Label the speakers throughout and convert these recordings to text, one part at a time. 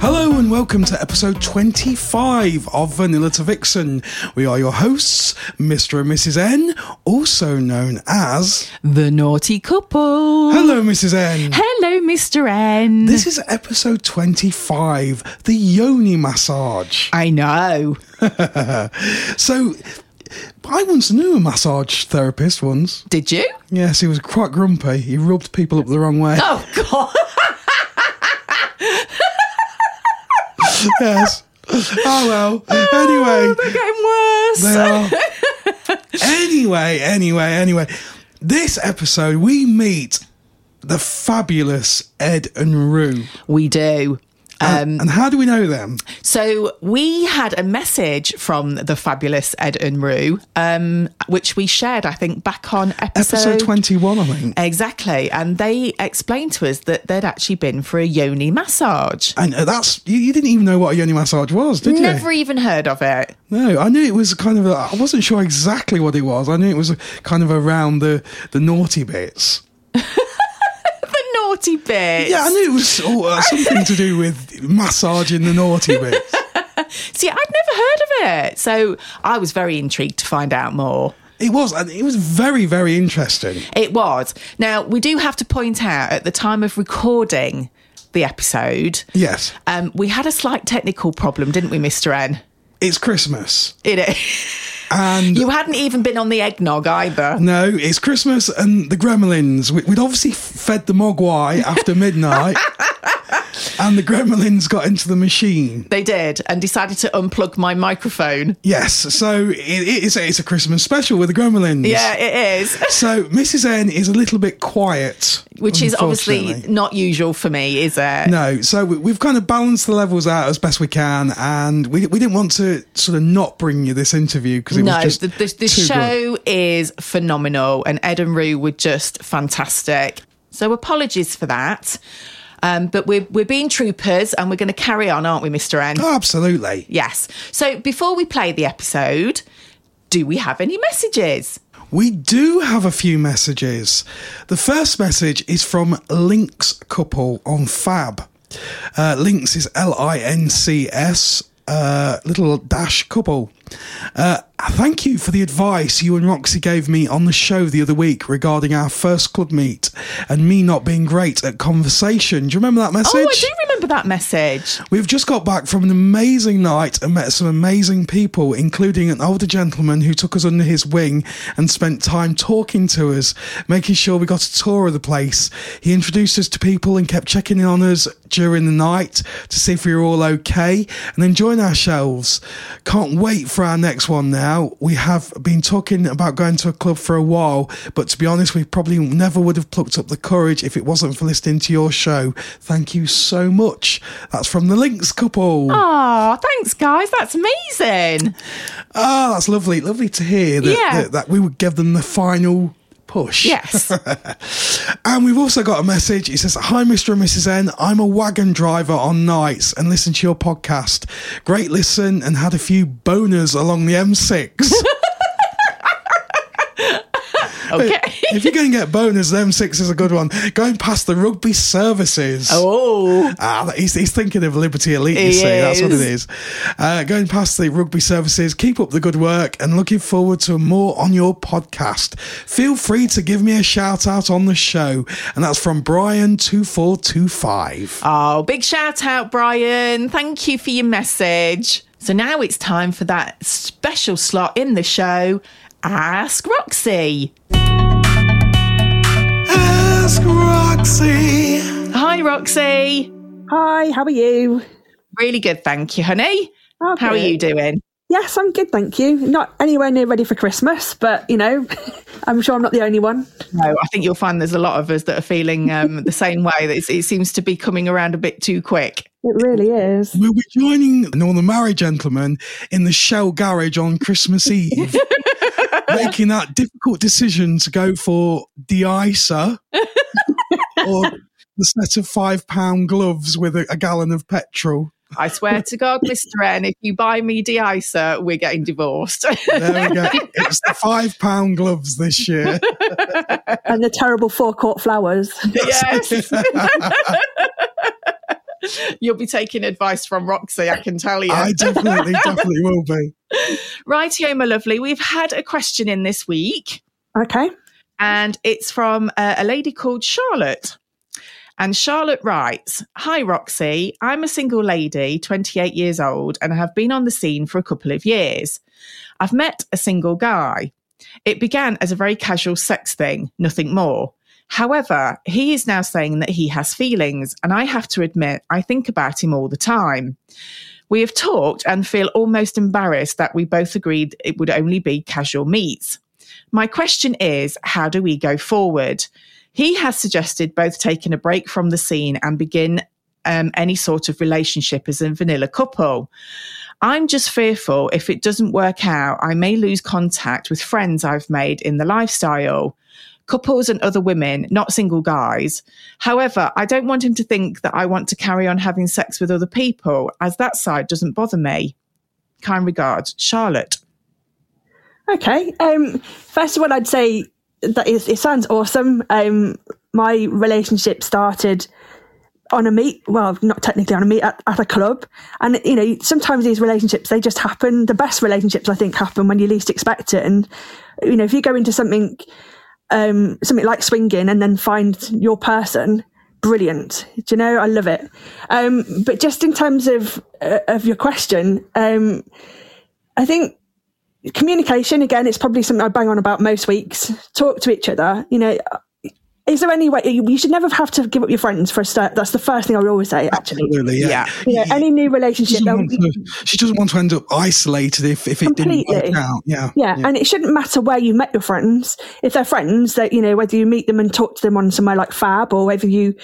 Speaker 1: Hello and welcome to episode 25 of Vanilla to Vixen. We are your hosts, Mr. and Mrs. N, also known as.
Speaker 2: The Naughty Couple.
Speaker 1: Hello, Mrs. N.
Speaker 2: Hello, Mr. N.
Speaker 1: This is episode 25, the Yoni massage.
Speaker 2: I know.
Speaker 1: So, I once knew a massage therapist once.
Speaker 2: Did you?
Speaker 1: Yes, he was quite grumpy. He rubbed people up the wrong way.
Speaker 2: Oh, God.
Speaker 1: Yes. Oh well. Anyway.
Speaker 2: They're getting worse.
Speaker 1: They are. anyway, anyway, anyway. This episode, we meet the fabulous Ed and Rue.
Speaker 2: we do.
Speaker 1: And, and how do we know them?
Speaker 2: So we had a message from the fabulous Ed and Rue, um, which we shared, I think, back on
Speaker 1: Episode 21, I think.
Speaker 2: Exactly. And they explained to us that they'd actually been for a yoni massage.
Speaker 1: And uh, that's, you, you didn't even know what a yoni massage was, did you?
Speaker 2: Never e- even heard of it.
Speaker 1: No, I knew it was kind of, a, I wasn't sure exactly what it was. I knew it was a, kind of around the, the naughty bits.
Speaker 2: The naughty bit.
Speaker 1: Yeah, I knew it was sort of something to do with massaging the naughty bits.
Speaker 2: See, I'd never heard of it. So I was very intrigued to find out more.
Speaker 1: It was, and it was very, very interesting.
Speaker 2: It was. Now, we do have to point out at the time of recording the episode,
Speaker 1: Yes.
Speaker 2: um, we had a slight technical problem, didn't we, Mr. N?
Speaker 1: It's Christmas.
Speaker 2: It,
Speaker 1: And
Speaker 2: you hadn't even been on the eggnog either.
Speaker 1: no, it's Christmas and the gremlins. We, we'd obviously f- fed the mogwai after midnight. and the gremlins got into the machine.
Speaker 2: They did and decided to unplug my microphone.
Speaker 1: Yes, so it, it is it's a Christmas special with the gremlins.
Speaker 2: Yeah, it is,
Speaker 1: So Mrs. N is a little bit quiet.
Speaker 2: which is obviously
Speaker 1: unfortunately.
Speaker 2: not usual for me, is it?
Speaker 1: No, so we- we've kind of balanced the levels out as best we can, and we, we didn't want to sort of not bring you this interview because it
Speaker 2: No,
Speaker 1: was just
Speaker 2: the, the, the
Speaker 1: too good.
Speaker 2: show is phenomenal, and Ed and Rue were just fantastic. So apologies for that, um, but we're we're being troopers, and we're going to carry on, aren't we, Mister N?
Speaker 1: Oh, absolutely.
Speaker 2: Yes. So before we play the episode, do we have any messages?
Speaker 1: We do have a few messages. The first message is from Lynx Couple on Fab. Uh, Lynx is L I N C S, uh, little dash couple. Uh, thank you for the advice you and Roxy gave me on the show the other week regarding our first club meet and me not being great at conversation. Do you remember that message?
Speaker 2: Oh, I do remember that message.
Speaker 1: We've just got back from an amazing night and met some amazing people, including an older gentleman who took us under his wing and spent time talking to us, making sure we got a tour of the place. He introduced us to people and kept checking in on us during the night to see if we were all okay and enjoying ourselves. Can't wait for our next one now. We have been talking about going to a club for a while, but to be honest, we probably never would have plucked up the courage if it wasn't for listening to your show. Thank you so much. That's from the Links couple. Ah,
Speaker 2: Oh, thanks, guys. That's amazing.
Speaker 1: Ah, that's lovely. Lovely to hear that,
Speaker 2: Yeah.
Speaker 1: that, that we would give them the final push.
Speaker 2: Yes.
Speaker 1: And we've also got a message. It says, Hi, Mr. and Mrs. N. I'm a wagon driver on nights and listen to your podcast. Great listen and had a few boners along the M6.
Speaker 2: Okay.
Speaker 1: if you're going to get boners, them six is a good one. Going past the rugby services.
Speaker 2: oh.
Speaker 1: Ah, that- he's, he's thinking of Liberty Elite, you
Speaker 2: He
Speaker 1: see. That's what it
Speaker 2: is.
Speaker 1: is. Uh, going past the rugby services, keep up the good work and looking forward to more on your podcast. Feel free to give me a shout out on the show. And that's from Brian2425.
Speaker 2: Oh, big shout out, Brian. Thank you for your message. So now it's time for that special slot in the show Ask Roxy.
Speaker 1: Ask Roxy.
Speaker 2: Hi, Roxy.
Speaker 3: Hi, how are you?
Speaker 2: Really good. Thank you, honey.
Speaker 3: Oh,
Speaker 2: How are
Speaker 3: good.
Speaker 2: you doing?
Speaker 3: Yes, I'm good, thank you. Not anywhere near ready for Christmas, but you know, I'm sure I'm not the only one.
Speaker 2: No, I think you'll find there's a lot of us that are feeling um, the same way. That it's, it seems to be coming around a bit too quick.
Speaker 3: It really is.
Speaker 1: We'll be joining Northern Married Gentlemen in the Shell Garage on Christmas Eve, making that difficult decision to go for de-icer or the set of five pound gloves with a, a gallon of petrol.
Speaker 2: I swear to God, Mr. N, if you buy me de-icer, we're getting divorced.
Speaker 1: There we go. It's the five pound gloves this year.
Speaker 3: And the terrible four court flowers.
Speaker 2: yes. You'll be taking advice from Roxy, I can tell you.
Speaker 1: I definitely, definitely will be.
Speaker 2: Rightio, my lovely. We've had a question in this week,
Speaker 3: Okay.
Speaker 2: and it's from uh, a lady called Charlotte. And Charlotte writes Hi, Roxy. I'm a single lady, 28 years old, and I have been on the scene for a couple of years. I've met a single guy. It began as a very casual sex thing, nothing more. However, he is now saying that he has feelings, and I have to admit, I think about him all the time. We have talked and feel almost embarrassed that we both agreed it would only be casual meets. My question is how do we go forward? He has suggested both taking a break from the scene and begin um, any sort of relationship as a vanilla couple. I'm just fearful if it doesn't work out, I may lose contact with friends I've made in the lifestyle, couples and other women, not single guys. However, I don't want him to think that I want to carry on having sex with other people, as that side doesn't bother me. Kind regards, Charlotte.
Speaker 3: Okay. Um, first of all, I'd say that it, it sounds awesome. Um, my relationship started on a meet. Well, not technically on a meet at, at a club. And you know, sometimes these relationships they just happen. The best relationships, I think, happen when you least expect it. And you know, if you go into something, um, something like swinging, and then find your person. Brilliant, do you know? I love it. Um, but just in terms of uh, of your question, um, I think communication again it's probably something i bang on about most weeks talk to each other you know uh, is there any way you you should never have to give up your friends for a start that's the first thing i would always say actually
Speaker 1: Absolutely, yeah.
Speaker 2: Yeah.
Speaker 3: you know, any new
Speaker 1: She
Speaker 3: relationship
Speaker 1: doesn't,
Speaker 3: they'll-
Speaker 1: want to, she doesn't want to end up isolated if, if it didn't work
Speaker 3: Completely.
Speaker 1: out. Yeah.
Speaker 3: yeah, and it shouldn't matter where you met your friends. If they're friends, that you know whether you meet them and talk to them on somewhere like Fab, or whether you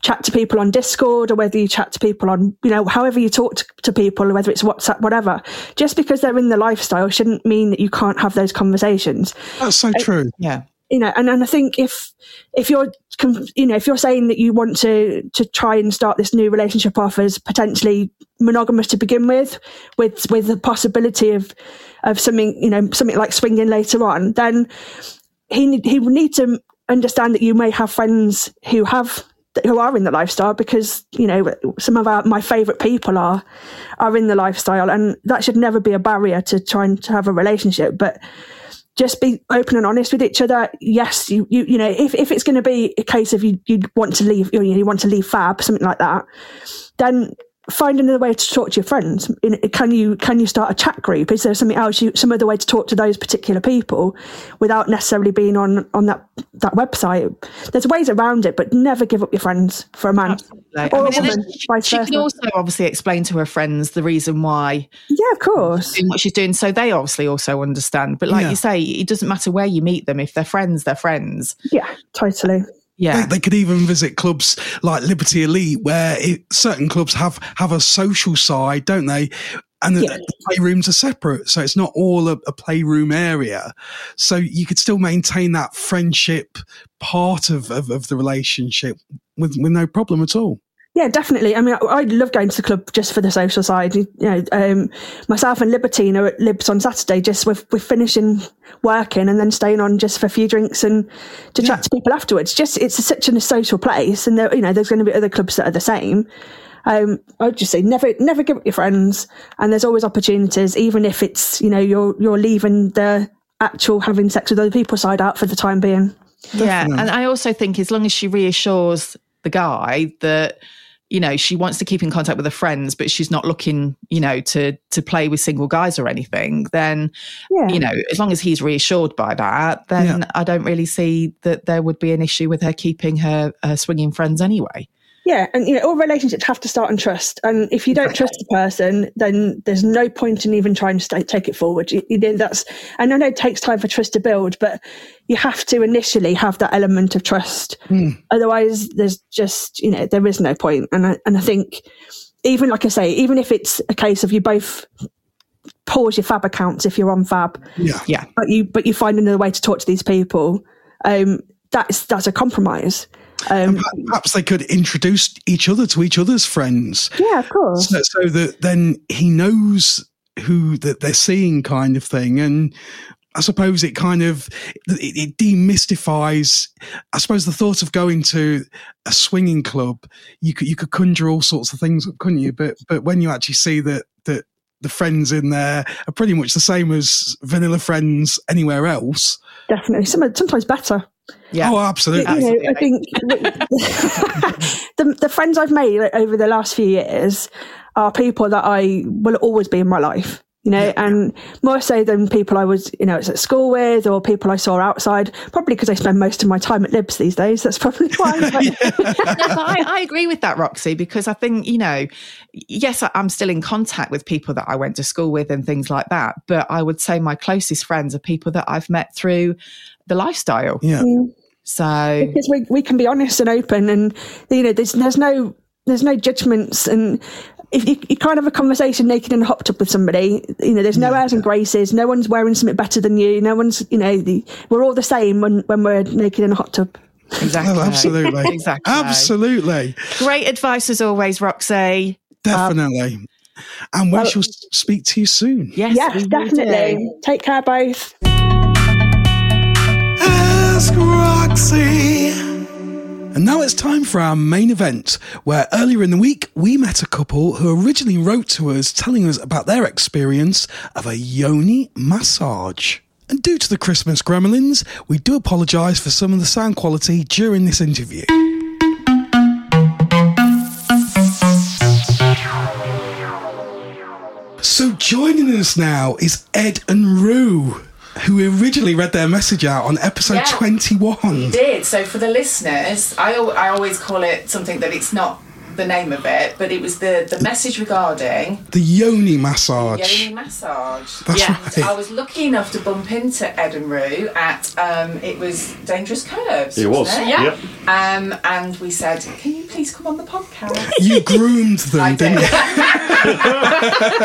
Speaker 3: chat to people on Discord, or whether you chat to people on you know however you talk to, to people, whether it's WhatsApp, whatever. Just because they're in the lifestyle shouldn't mean that you can't have those conversations.
Speaker 1: That's so true.
Speaker 2: Yeah.
Speaker 3: you know and, and i think if if you're com- you know if you're saying that you want to to try and start this new relationship off as potentially monogamous to begin with with with the possibility of of something you know something like swinging later on then he need- he will need to understand that you may have friends who have who are in the lifestyle because you know some of our, my favorite people are are in the lifestyle and that should never be a barrier to trying to have a relationship but just be open and honest with each other. Yes, you you, you know, if, if it's going to be a case of you you want to leave, you, know, you want to leave Fab, something like that, then find another way to talk to your friends. You know, Can you can you start a chat group? Is there something else you some other way to talk to those particular people without necessarily being on on that that website? There's ways around it, but never give up your friends for a man
Speaker 2: Like,
Speaker 3: or
Speaker 2: I
Speaker 3: a
Speaker 2: mean, and
Speaker 3: woman.
Speaker 2: then
Speaker 3: Vice
Speaker 2: she can
Speaker 3: versa.
Speaker 2: also obviously explain to her friends the reason why
Speaker 3: yeah, of course.
Speaker 2: doing what she's doing. So they obviously also understand. But like
Speaker 1: Yeah.
Speaker 2: you say, it doesn't matter where you meet them. If they're friends, they're friends.
Speaker 3: Yeah, totally.
Speaker 2: Yeah.
Speaker 1: They, they could even visit clubs like Liberty Elite, where it, certain clubs have have a social side, don't they? And the-
Speaker 3: Yeah.
Speaker 1: the playrooms are separate, so it's not all a, a playroom area. So you could still maintain that friendship part of, of, of the relationship with, with no problem at all.
Speaker 3: Yeah, definitely. I mean, I, I love going to the club just for the social side. You know, um, myself and Libertine are at Libs on Saturday. Just with we're finishing working and then staying on just for a few drinks and to
Speaker 1: Yeah.
Speaker 3: chat to people afterwards. Just it's such an social place, and there, you know, there's going to be other clubs that are the same. Um, I'd just say never, never give up your friends, and there's always opportunities, even if it's you know you're you're leaving the actual having sex with other people side out for the time being.
Speaker 2: Yeah. And I also think as long as she reassures the guy that, you know, she wants to keep in contact with her friends, but she's not looking, you know, to to play with single guys or anything, then
Speaker 3: Yeah,
Speaker 2: you know, as long as he's reassured by that, then I don't really see that there would be an issue with her keeping her, her swinging friends anyway.
Speaker 3: Yeah, and you know, all relationships have to start on trust. And if you don't trust a person, then there's no point in even trying to sta- take it forward. You, you know, that's, and I know it takes time for trust to build, but you have to initially have that element of trust. Otherwise, there's just you know there is no point. And I, and I think even like I say, even if it's a case of you both pause your Fab accounts if you're on Fab,
Speaker 1: Yeah.
Speaker 2: Yeah.
Speaker 3: but you but you find another way to talk to these people. Um, that's that's a compromise. Um,
Speaker 1: Perhaps they could introduce each other to each other's friends
Speaker 3: yeah, of course.
Speaker 1: so, so that then he knows who that they're seeing kind of thing and i suppose it kind of it, it demystifies i suppose the thought of going to a swinging club you could you could conjure all sorts of things up couldn't you but but when you actually see that that the friends in there are pretty much the same as vanilla friends anywhere else
Speaker 3: Definitely, some are sometimes better.
Speaker 2: Yeah.
Speaker 1: oh absolutely
Speaker 3: You know, I
Speaker 2: Absolutely.
Speaker 3: think the the friends I've made like, over the last few years are people that I will always be in my life. You know, and more so than people I was, you know, at school with or people I saw outside. Probably because I spend most of my time at Libs these days. That's probably why. But-
Speaker 2: no, but I, I agree with that, Roxy, because I think, you know, yes, I- I'm still in contact with people that I went to school with and things like that. But I would say my closest friends are people that I've met through the lifestyle.
Speaker 1: yeah
Speaker 2: So,
Speaker 3: because we, we can be honest and open and you know there's there's no there's no judgments and if you, you can't have a conversation naked and hopped up with somebody you know there's no airs and graces no one's wearing something better than you no one's you know the, we're all the same when when we're naked in a hot tub
Speaker 2: exactly.
Speaker 1: Oh, absolutely
Speaker 2: Exactly. Um,
Speaker 1: absolutely
Speaker 2: Great advice as always, Roxy.
Speaker 1: definitely and we
Speaker 3: well-
Speaker 1: shall s- speak to you soon
Speaker 2: Yes, we
Speaker 3: yes
Speaker 2: will
Speaker 3: definitely
Speaker 2: do.
Speaker 3: take care both
Speaker 1: Ask Roxy. And now it's time for our main event, where earlier in the week we met a couple who originally wrote to us telling us about their experience of a yoni massage. And due to the Christmas gremlins, we do apologise for some of the sound quality during this interview. So joining us now is Ed and Rue, who originally read their message out on episode
Speaker 2: Yeah.
Speaker 1: 21.
Speaker 2: did. So for the listeners, I, al- I always call it something that it's not the name of it, but it was the, the message regarding
Speaker 1: The yoni massage.
Speaker 2: yoni massage.
Speaker 1: That's
Speaker 2: yeah,
Speaker 1: right.
Speaker 2: I was lucky enough to bump into Ed and Rue at um, it was Dangerous Curves.
Speaker 4: It was,
Speaker 2: wasn't
Speaker 4: yep.
Speaker 2: Um, and we said, can you please come on the podcast?
Speaker 1: You groomed them,
Speaker 2: I
Speaker 1: didn't
Speaker 2: did.
Speaker 1: you?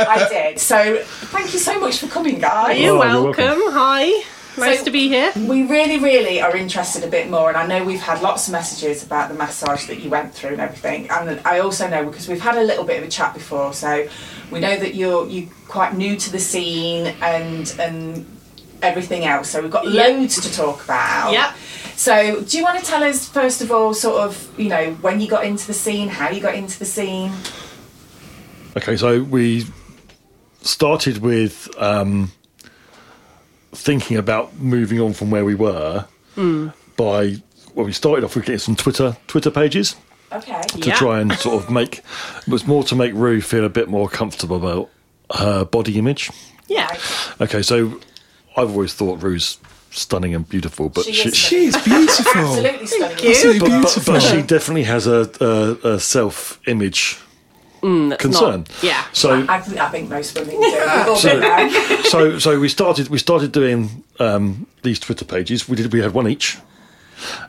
Speaker 2: I did. So thank you so much for coming, guys.
Speaker 5: You're,
Speaker 4: Oh, you're
Speaker 5: welcome. Hi. Nice
Speaker 2: So-
Speaker 5: to be here.
Speaker 2: We really, really are interested a bit more, and I know we've had lots of messages about the massage that you went through and everything. And I also know because we've had a little bit of a chat before, so we know that you're you quite new to the scene and and everything else. So we've got loads to talk about.
Speaker 5: Yep.
Speaker 2: So do you want to tell us first of all, sort of, you know, when you got into the scene, how you got into the scene?
Speaker 4: Okay, so we started with um, thinking about moving on from where we were by well, we started off with getting some Twitter Twitter pages
Speaker 2: Okay.
Speaker 4: to
Speaker 5: Yeah.
Speaker 4: try and sort of make it was more to make Rue feel a bit more comfortable about her body image.
Speaker 5: Yeah.
Speaker 4: Okay, so I've always thought Rue's stunning and beautiful, but
Speaker 2: She
Speaker 4: she,
Speaker 2: is
Speaker 1: She's beautiful.
Speaker 2: Absolutely stunning.
Speaker 1: Absolutely
Speaker 4: but, but,
Speaker 1: beautiful.
Speaker 4: but she definitely has a, a, a self image
Speaker 5: That's
Speaker 4: concern.
Speaker 5: not- yeah.
Speaker 4: So
Speaker 2: I, I think most women do. We've all been there.
Speaker 4: so so we started we started doing um, these Twitter pages. We did we had one each,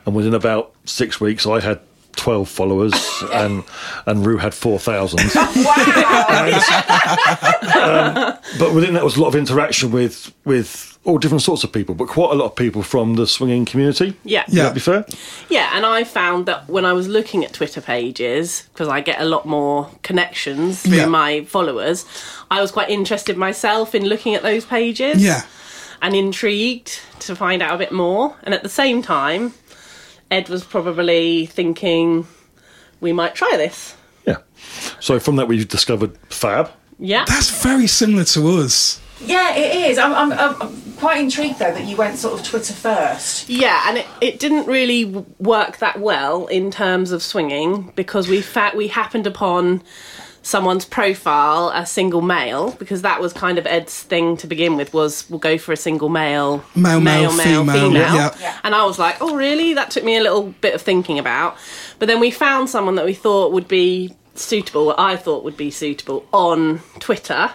Speaker 4: and within about six weeks, I had twelve followers, and and Rue had four thousand.
Speaker 2: Wow.
Speaker 4: but within that was a lot of interaction with with all different sorts of people, but quite a lot of people from the swinging community.
Speaker 5: Yeah.
Speaker 4: Would
Speaker 1: Yeah.
Speaker 4: that be fair?
Speaker 5: Yeah, and I found that when I was looking at Twitter pages, because I get a lot more connections through
Speaker 1: Yeah.
Speaker 5: my followers, I was quite interested myself in looking at those pages
Speaker 1: Yeah.
Speaker 5: and intrigued to find out a bit more. And at the same time, Ed was probably thinking we might try this.
Speaker 4: Yeah. So from that we discovered Fab.
Speaker 5: Yeah.
Speaker 1: That's very similar to us.
Speaker 6: Yeah, it is. I'm, I'm, I'm quite intrigued though that you went sort of Twitter first.
Speaker 5: Yeah, and it, it didn't really w- work that well in terms of swinging because we fa- we happened upon someone's profile, a single male, because that was kind of Ed's thing to begin with was we'll go for a single male,
Speaker 1: Male, male, female, yeah.
Speaker 5: And I was like, oh really? That took me a little bit of thinking about, but then we found someone that we thought would be suitable, what I thought would be suitable on Twitter,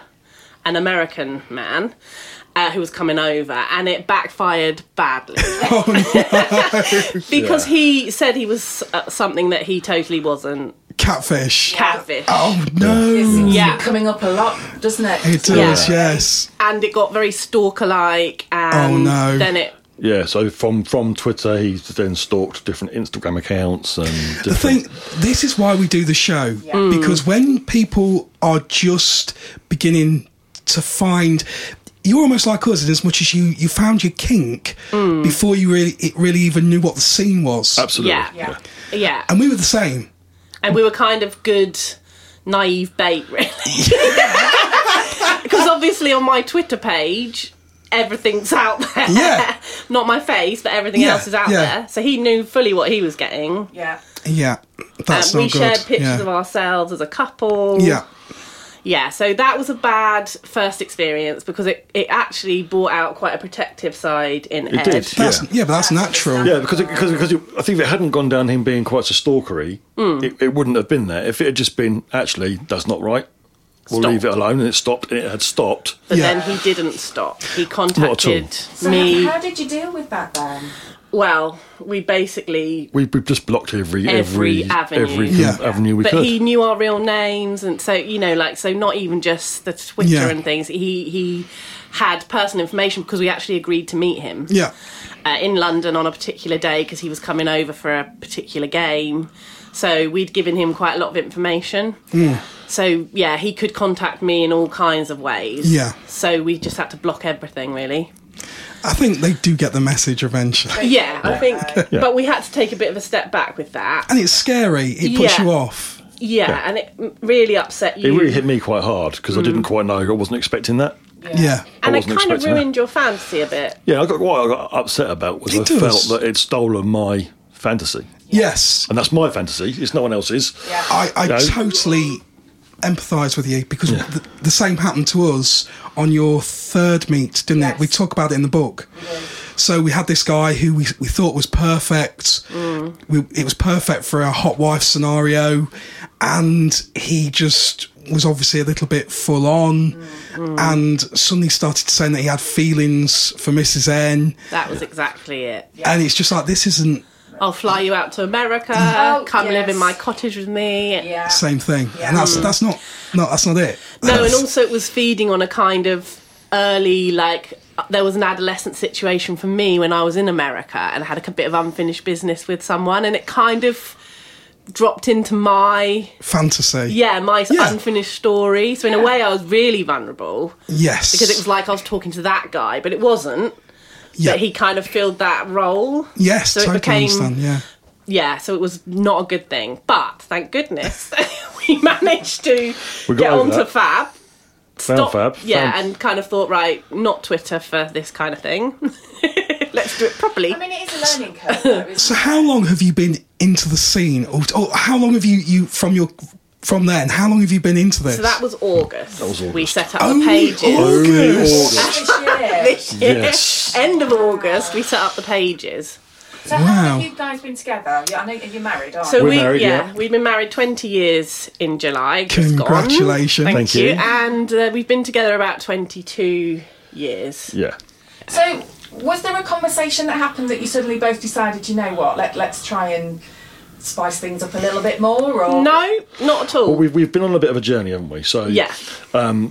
Speaker 5: an American man. Uh, who was coming over and it backfired badly because he said he was uh, something that he totally wasn't.
Speaker 1: Catfish.
Speaker 5: Catfish.
Speaker 1: oh no.
Speaker 5: Yeah.
Speaker 6: coming up a lot, doesn't it?
Speaker 1: It does, yes.
Speaker 5: And it got very stalker like and
Speaker 1: Oh, no.
Speaker 5: then it
Speaker 4: Yeah, so from from Twitter he's then stalked different Instagram accounts and different
Speaker 1: The thing, this is why we do the show
Speaker 4: Mm.
Speaker 1: because when people are just beginning to find, you're almost like us in as much as you you found your kink before you really it really even knew what the scene was,
Speaker 4: Mm. Absolutely.
Speaker 5: Yeah.
Speaker 4: yeah.
Speaker 5: yeah.
Speaker 1: and we were the same.
Speaker 5: And we were kind of good naive bait really. Because obviously on my Twitter page everything's out there.
Speaker 1: Yeah.
Speaker 5: Not my face, but everything
Speaker 1: Yeah,
Speaker 5: else is out
Speaker 1: yeah.
Speaker 5: there. So he knew fully what he was getting.
Speaker 6: Yeah.
Speaker 1: Yeah,
Speaker 5: Um,
Speaker 1: that's
Speaker 5: we
Speaker 1: not good.
Speaker 5: shared pictures
Speaker 1: yeah.
Speaker 5: of ourselves as a couple.
Speaker 1: yeah,
Speaker 5: yeah so that was a bad first experience because it, it actually brought out quite a protective side in
Speaker 4: It
Speaker 5: ed
Speaker 4: did, yeah.
Speaker 1: that's yeah, but that's natural.
Speaker 4: Yeah, because it, because because it, I think if it hadn't gone down him being quite so stalkery,
Speaker 5: Hmm.
Speaker 4: it, it wouldn't have been there. If it had just been actually that's not right, we'll
Speaker 5: Stop.
Speaker 4: leave it alone, and it stopped. and It had stopped.
Speaker 5: but
Speaker 1: Yeah.
Speaker 5: then he didn't stop he
Speaker 4: all.
Speaker 5: contacted
Speaker 6: So
Speaker 5: me
Speaker 6: how did you deal with that then?
Speaker 5: well we basically
Speaker 4: We we just blocked every
Speaker 5: Every
Speaker 4: every
Speaker 5: avenue.
Speaker 4: every
Speaker 1: Yeah.
Speaker 4: avenue we
Speaker 5: but
Speaker 4: could.
Speaker 5: he knew our real names and so you know like so not even just the twitter
Speaker 1: Yeah.
Speaker 5: and things he he had personal information because we actually agreed to meet him
Speaker 1: yeah,
Speaker 5: uh, in London on a particular day because he was coming over for a particular game. So we'd given him quite a lot of information.
Speaker 1: Hmm.
Speaker 5: So yeah, he could contact me in all kinds of ways.
Speaker 1: Yeah.
Speaker 5: So we just had to block everything really.
Speaker 1: I think they do get the message eventually,
Speaker 5: Yeah, I think. But we had to take a bit of a step back with that.
Speaker 1: and it's scary. It puts
Speaker 5: Yeah.
Speaker 1: you off.
Speaker 5: Yeah, and it m- really upset
Speaker 4: it
Speaker 5: you.
Speaker 4: really hit me quite hard because I didn't quite know. I wasn't expecting that.
Speaker 1: Yeah,
Speaker 5: Hmm. and
Speaker 4: I
Speaker 5: it
Speaker 4: wasn't
Speaker 5: kind of
Speaker 4: expecting that.
Speaker 5: ruined your fantasy a bit.
Speaker 4: Yeah, I got what I got upset about was
Speaker 1: It
Speaker 4: I
Speaker 1: does.
Speaker 4: felt that it stolen my fantasy,
Speaker 1: yes.
Speaker 4: and that's my fantasy. It's no one else's.
Speaker 1: I, I
Speaker 4: No.
Speaker 1: totally empathise with you because th the, same happened to us on your third meet, didn't it? We talk about it in the book. So we had this guy who we, we thought was perfect.
Speaker 5: Mm.
Speaker 1: We, it was perfect for our hot wife scenario, and he just was obviously a little bit full on,
Speaker 5: Mm.
Speaker 1: and suddenly started saying that he had feelings for Mrs N,
Speaker 5: That was exactly it.
Speaker 1: and it's just like this isn't
Speaker 5: I'll fly you out to America.
Speaker 6: Oh,
Speaker 5: come live in
Speaker 6: yes.
Speaker 5: my cottage with me.
Speaker 6: Yeah.
Speaker 1: the same thing, and that's that's not no that's not it.
Speaker 5: Mm. No, and
Speaker 1: That's-
Speaker 5: also it was feeding on a kind of early, like, uh, there was an adolescent situation for me when I was in America and I had a bit of unfinished business with someone, and it kind of dropped into my
Speaker 1: fantasy.
Speaker 5: yeah my
Speaker 1: Yeah.
Speaker 5: unfinished story so in a way i was really vulnerable
Speaker 1: Yes.
Speaker 5: because it was like i was talking to that guy but it wasn't
Speaker 1: yeah.
Speaker 5: but he kind of filled that role
Speaker 1: Yes,
Speaker 5: so it
Speaker 1: totally
Speaker 5: became-
Speaker 1: understand. Yeah.
Speaker 5: yeah so it was not a good thing but thank goodness we managed to
Speaker 4: We got
Speaker 5: get
Speaker 4: over
Speaker 5: onto
Speaker 4: that.
Speaker 5: fab
Speaker 4: Found Fab.
Speaker 5: Yeah,
Speaker 4: found-
Speaker 5: and kind of thought, right, not Twitter for this kind of thing. Let's do it properly.
Speaker 6: I mean, it is a learning curve, though, isn't
Speaker 1: So how long have you been into the scene, or, or how long have you you from your from then? How long have you been into this? Oh,
Speaker 5: so that was August. That
Speaker 4: was
Speaker 5: We
Speaker 4: August.
Speaker 5: set up the
Speaker 1: Only
Speaker 5: pages.
Speaker 4: Only
Speaker 1: August.
Speaker 4: August.
Speaker 6: it? This year.
Speaker 4: Yes.
Speaker 5: End of August, we set up the pages.
Speaker 6: So how
Speaker 1: Wow.
Speaker 6: long have you guys been together? Yeah, I know you're married, aren't
Speaker 5: So
Speaker 6: you?
Speaker 4: We're
Speaker 5: we,
Speaker 4: married,
Speaker 5: yeah,
Speaker 4: yeah.
Speaker 5: we've been married 20 years in July. just gone.
Speaker 1: Congratulations.
Speaker 5: Thank,
Speaker 4: Thank
Speaker 5: you.
Speaker 4: you.
Speaker 5: And uh, we've been together about 22 years.
Speaker 4: Yeah.
Speaker 6: So was there a conversation that happened that you suddenly both decided, you know what, let, let's try and spice things up a little bit more? Or
Speaker 5: No, not at all.
Speaker 4: Well, we've we've been on a bit of a journey, haven't we? So
Speaker 5: yeah.
Speaker 4: Uh,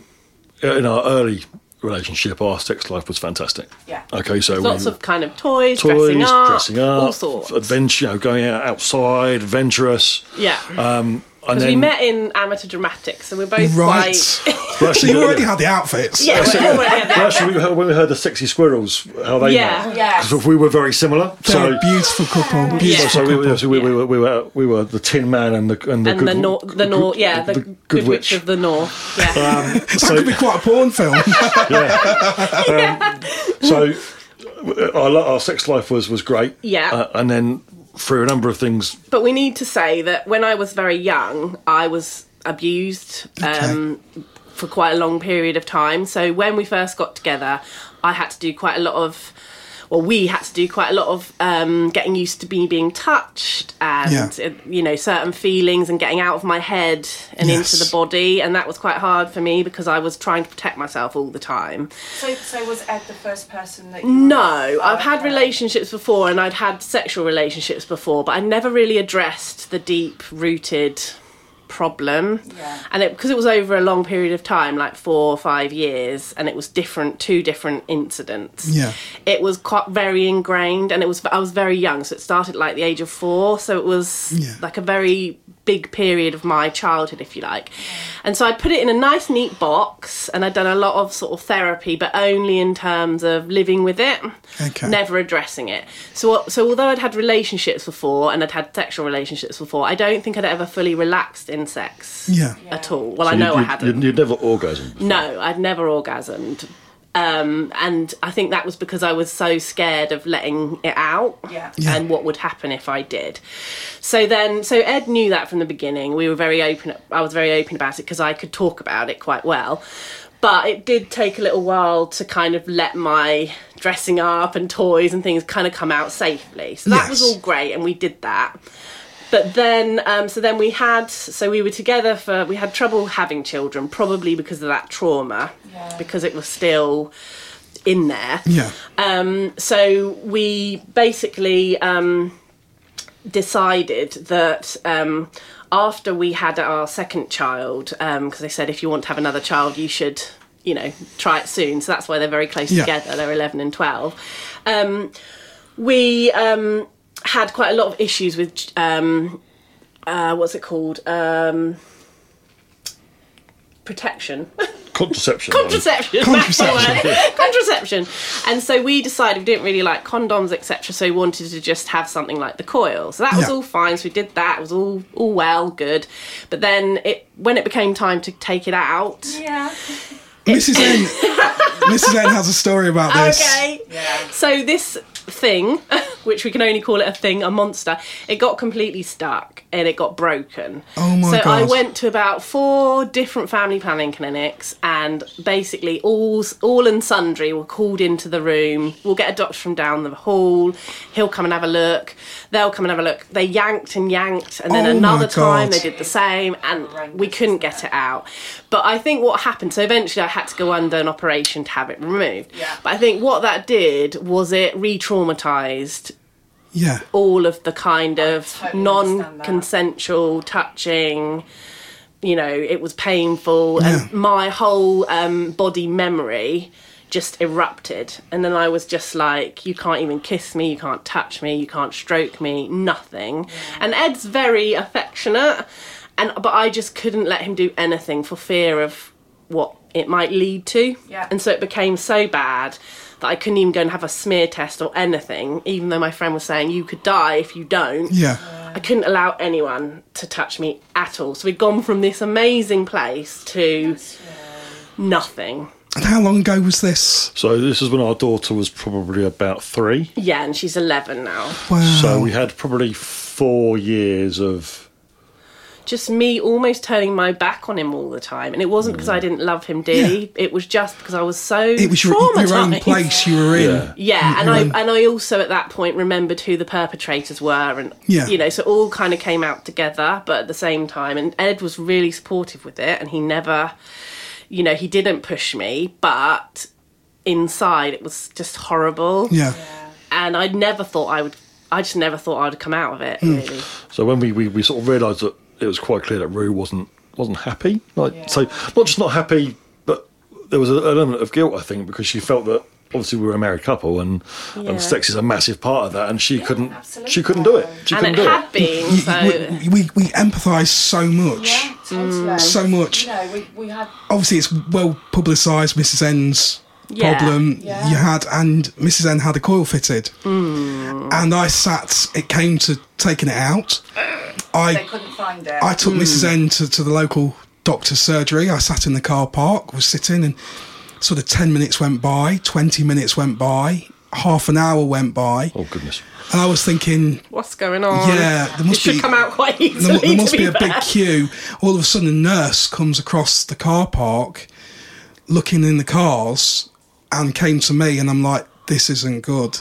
Speaker 4: in our early relationship, our sex life was fantastic.
Speaker 5: Yeah.
Speaker 4: Okay, so
Speaker 5: Lots
Speaker 4: we,
Speaker 5: of kind of toys,
Speaker 4: toys,
Speaker 5: dressing up, all sorts.
Speaker 4: adventure, you know, going out outside, adventurous.
Speaker 5: Yeah.
Speaker 4: Um, and
Speaker 5: Because
Speaker 4: then
Speaker 5: we met in amateur dramatics and we're both
Speaker 1: Right.
Speaker 5: like,
Speaker 4: Well, actually,
Speaker 1: So you
Speaker 4: yeah,
Speaker 1: already
Speaker 4: yeah.
Speaker 1: had the outfits.
Speaker 5: yeah, we're already at
Speaker 4: Well,
Speaker 5: that.
Speaker 4: actually, we heard, when we heard the sexy squirrels, how they
Speaker 5: Yeah,
Speaker 4: met,
Speaker 5: yes.
Speaker 4: 'cause we were very similar.
Speaker 1: They're
Speaker 4: So,
Speaker 1: a beautiful couple.
Speaker 4: so,
Speaker 1: Beautiful
Speaker 4: so we,
Speaker 1: couple.
Speaker 4: were- so we, we, were, we were we were the Tin Man and the and the
Speaker 5: And
Speaker 4: good,
Speaker 5: the north, the north, yeah, the, good, witch. of the north. Yeah.
Speaker 4: Um,
Speaker 1: that
Speaker 4: so-
Speaker 1: could be quite a porn film.
Speaker 4: so w- our, lo- our sex life was was great.
Speaker 5: Yeah.
Speaker 4: Uh, and then through a number of things,
Speaker 5: but we need to say that when I was very young, I was abused um, for quite a long period of time. So when we first got together, I had to do quite a lot of, well, we had to do quite a lot of um, getting used to me being touched and,
Speaker 1: Yeah.
Speaker 5: uh, you know, certain feelings and getting out of my head and
Speaker 1: Yes.
Speaker 5: into the body. And that was quite hard for me because I was trying to protect myself all the time.
Speaker 7: So, so was Ed the first person that you?
Speaker 5: No, I've had
Speaker 6: uh,
Speaker 5: relationships before and I'd had sexual relationships before, but I never really addressed the deep rooted problem.
Speaker 7: Yeah.
Speaker 5: And it because it was over a long period of time, like four or five years, and it was different two different incidents.
Speaker 1: Yeah.
Speaker 5: It was quite very ingrained and it was I was very young, so it started like the age of four, so it was
Speaker 1: Yeah.
Speaker 5: like a very big period of my childhood, if you like. And so I put it in a nice, neat box, and I'd done a lot of sort of therapy, but only in terms of living with it,
Speaker 1: Okay.
Speaker 5: never addressing it. So, so although I'd had relationships before and I'd had sexual relationships before, I don't think I'd ever fully relaxed in sex
Speaker 1: yeah.
Speaker 5: at all. Well, I
Speaker 4: you-
Speaker 5: know
Speaker 4: you,
Speaker 5: I hadn't.
Speaker 4: You'd, you'd never orgasm.
Speaker 5: No, I'd never orgasmed. Um, and I think that was because I was so scared of letting it out
Speaker 7: Yeah.
Speaker 1: Yeah.
Speaker 5: and what would happen if I did. So then, so Ed knew that from the beginning. We were very open, I was very open about it because I could talk about it quite well. But it did take a little while to kind of let my dressing up and toys and things kind of come out safely. So that was
Speaker 1: Yes.
Speaker 5: all great and we did that but then um, so then we had so we were together for we had trouble having children probably because of that trauma because it was still in there
Speaker 1: Yeah.
Speaker 5: um, so we basically um, decided that um, after we had our second child, because they said if you want to have another child, you should, you know, try it soon. So that's why they're very close
Speaker 1: Yeah.
Speaker 5: together. They're eleven and twelve. Um, we um, had quite a lot of issues with um, uh, what's it called um, protection.
Speaker 4: Contraception.
Speaker 5: contraception.
Speaker 1: Contraception.
Speaker 5: That's the word. contraception. And so we decided we didn't really like condoms, etc. So we wanted to just have something like the coil. So that was
Speaker 1: Yeah.
Speaker 5: all fine. So we did that. It was all all well, good. But then it when it became time to take it out.
Speaker 7: Yeah.
Speaker 1: Mrs. N. Mrs. N has a story about this.
Speaker 5: Okay. So this thing, which we can only call it a thing, a monster, it got completely stuck and it got broken.
Speaker 1: Oh my
Speaker 5: so I
Speaker 1: God.
Speaker 5: went to about four different family planning clinics, and basically all all and sundry were called into the room. We'll get a doctor from down the hall. He'll come and have a look. They'll come and have a look. They yanked and yanked, and then
Speaker 1: Oh my
Speaker 5: another time
Speaker 1: God.
Speaker 5: they did the same, and we couldn't get it out. But I think what happened, so eventually I had to go under an operation to have it removed.
Speaker 7: Yeah.
Speaker 5: But I think what that did was it re traumatized
Speaker 1: Yeah.
Speaker 5: all of the kind of
Speaker 7: totally
Speaker 5: non consensual touching. You know, it was painful, and
Speaker 1: Yeah.
Speaker 5: my whole um, body memory just erupted. And then I was just like, You can't even kiss me, you can't touch me, you can't stroke me, nothing. And Ed's very affectionate, and but I just couldn't let him do anything for fear of what it might lead to.
Speaker 7: Yeah.
Speaker 5: And so it became so bad that I couldn't even go and have a smear test or anything, even though my friend was saying you could die if you don't.
Speaker 1: Yeah.
Speaker 5: I couldn't allow anyone to touch me at all. So we'd gone from this amazing place to nothing.
Speaker 1: And how long ago was this?
Speaker 4: So this is when our daughter was probably about three.
Speaker 5: Yeah, and she's 11 now.
Speaker 1: Wow.
Speaker 4: So we had probably four years of
Speaker 5: Just me almost turning my back on him all the time. And it wasn't because I didn't love him dearly, it was just because I was so
Speaker 1: Mm. it was your, your own
Speaker 5: traumatised.
Speaker 1: place you were in.
Speaker 4: Yeah.
Speaker 1: Mm,
Speaker 5: Yeah, and I and I also at that point remembered who the perpetrators were, and
Speaker 1: Yeah.
Speaker 5: you know, so all kind of came out together, but at the same time, and Ed was really supportive with it, and he never, you know, he didn't push me, but inside it was just horrible,
Speaker 1: Yeah.
Speaker 5: and I never thought I would, I just never thought I would come out of it,
Speaker 1: Mm.
Speaker 5: really.
Speaker 4: So when we, we, we sort of realised that it was quite clear that Rue wasn't wasn't happy. Like so, not just not happy, but there was an element of guilt, I think, because she felt that obviously we were a married couple and,
Speaker 5: Yeah.
Speaker 4: and sex is a massive part of that, and she couldn't
Speaker 7: absolutely.
Speaker 4: she couldn't do it. She
Speaker 5: and
Speaker 4: couldn't
Speaker 5: it
Speaker 4: do
Speaker 5: had been
Speaker 1: You-
Speaker 5: so
Speaker 1: we, we, we empathise so much.
Speaker 7: Yeah, totally.
Speaker 1: So much.
Speaker 7: You know, we, we had
Speaker 1: Obviously, it's well publicised Mrs. N's
Speaker 5: Yeah.
Speaker 1: problem
Speaker 7: Yeah.
Speaker 1: you had, and Mrs. N had a coil fitted.
Speaker 7: Mm.
Speaker 1: And I sat, it came to taking it out.
Speaker 7: they
Speaker 1: I
Speaker 7: couldn't find it.
Speaker 1: I
Speaker 4: Mm.
Speaker 1: took Mrs. N to, to the local doctor's surgery. I sat in the car park, was sitting, and sort of 10 minutes went by, 20 minutes went by, half an hour went by.
Speaker 4: Oh goodness.
Speaker 1: And I was thinking,
Speaker 5: what's going on?
Speaker 1: Yeah, there must
Speaker 5: it should
Speaker 1: be-
Speaker 5: come out quite
Speaker 1: there,
Speaker 5: easily.
Speaker 1: mu- there must
Speaker 5: to
Speaker 1: be
Speaker 5: be,
Speaker 1: a big queue. All of a sudden, a nurse comes across the car park looking in the cars and came to me, and I'm like, this isn't good.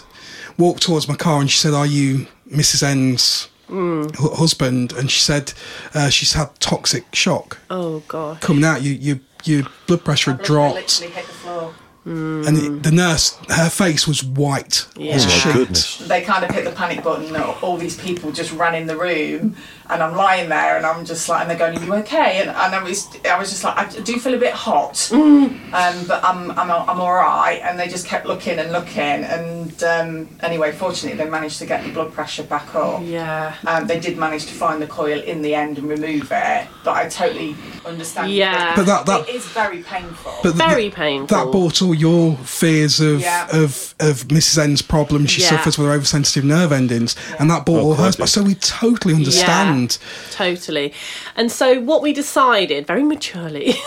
Speaker 1: Walked towards my car, and she said, Are you Mrs. N's
Speaker 7: Hmm.
Speaker 1: hu- husband? And she said, uh, She's had toxic shock
Speaker 5: Oh god.
Speaker 1: coming out. You, you, your blood pressure had
Speaker 7: Literally-
Speaker 1: dropped,
Speaker 7: literally hit the floor. Hmm.
Speaker 1: and it, the nurse, her face was white as
Speaker 4: Oh my
Speaker 1: shit.
Speaker 4: goodness.
Speaker 7: They kind of hit the panic button. that All these people just ran in the room, and I'm lying there, and I'm just like, and they're going, "Are you okay?" And, and I was, I was just like, I do feel a bit hot,
Speaker 5: Mm.
Speaker 7: um, but I'm, I'm, I'm all right. And they just kept looking and looking, and um, anyway, fortunately, they managed to get the blood pressure back up.
Speaker 5: Yeah.
Speaker 7: Um, they did manage to find the coil in the end and remove it, but I totally understand.
Speaker 5: Yeah.
Speaker 1: But that- that-
Speaker 7: it is very painful.
Speaker 1: But th-
Speaker 5: Very
Speaker 1: th-
Speaker 5: painful.
Speaker 1: That brought all your fears of
Speaker 7: Yeah.
Speaker 1: of, of Mrs. N's problem. She
Speaker 5: Yeah.
Speaker 1: suffers with her oversensitive nerve endings, and that brought all hers.
Speaker 4: crikey.
Speaker 1: So we totally understand.
Speaker 5: Totally. And so what we decided very maturely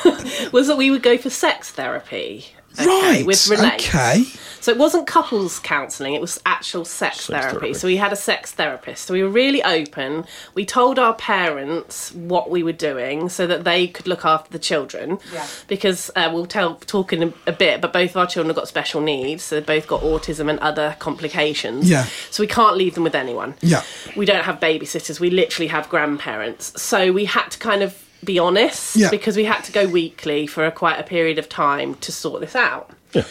Speaker 5: was that we would go for sex therapy. okay,
Speaker 1: right.
Speaker 5: With Renee.
Speaker 1: okay.
Speaker 5: So it wasn't couples counselling, it was actual sex, therapy.
Speaker 4: therapy.
Speaker 5: So we had a sex therapist. So we were really open. We told our parents what we were doing so that they could look after the children.
Speaker 7: Yeah.
Speaker 5: Because uh, we'll tell, talk in a, a bit, but both of our children have got special needs. So they've both got autism and other complications.
Speaker 1: Yeah.
Speaker 5: So we can't leave them with anyone
Speaker 1: Yeah.
Speaker 5: we don't have babysitters we literally have grandparents so we had to kind of be honest
Speaker 1: Yeah.
Speaker 5: because we had to go weekly for a, quite a period of time to sort this out
Speaker 4: Yeah.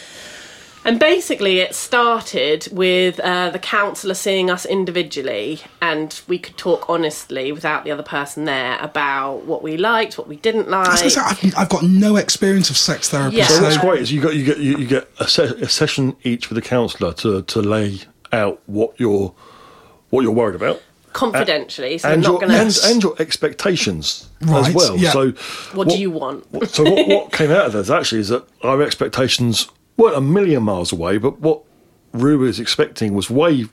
Speaker 5: and basically it started with uh, the counsellor seeing us individually and we could talk honestly without the other person there about what we liked what we didn't
Speaker 1: I was
Speaker 5: like
Speaker 1: gonna say, I've, I've got no experience of sex therapy.
Speaker 5: Yeah.
Speaker 4: So
Speaker 1: So
Speaker 4: what's great is you got you get you, you get a, se- a session each with a counsellor to, to lay out what you're what you're worried about
Speaker 5: confidentially so
Speaker 4: and
Speaker 5: they're
Speaker 4: your
Speaker 5: not going
Speaker 4: and,
Speaker 5: to
Speaker 4: and your expectations
Speaker 1: Right,
Speaker 4: as well.
Speaker 1: yeah.
Speaker 4: So
Speaker 5: what do you want
Speaker 4: what- so what, what came out of this actually is that our expectations weren't a million miles away, but what Rue was expecting was way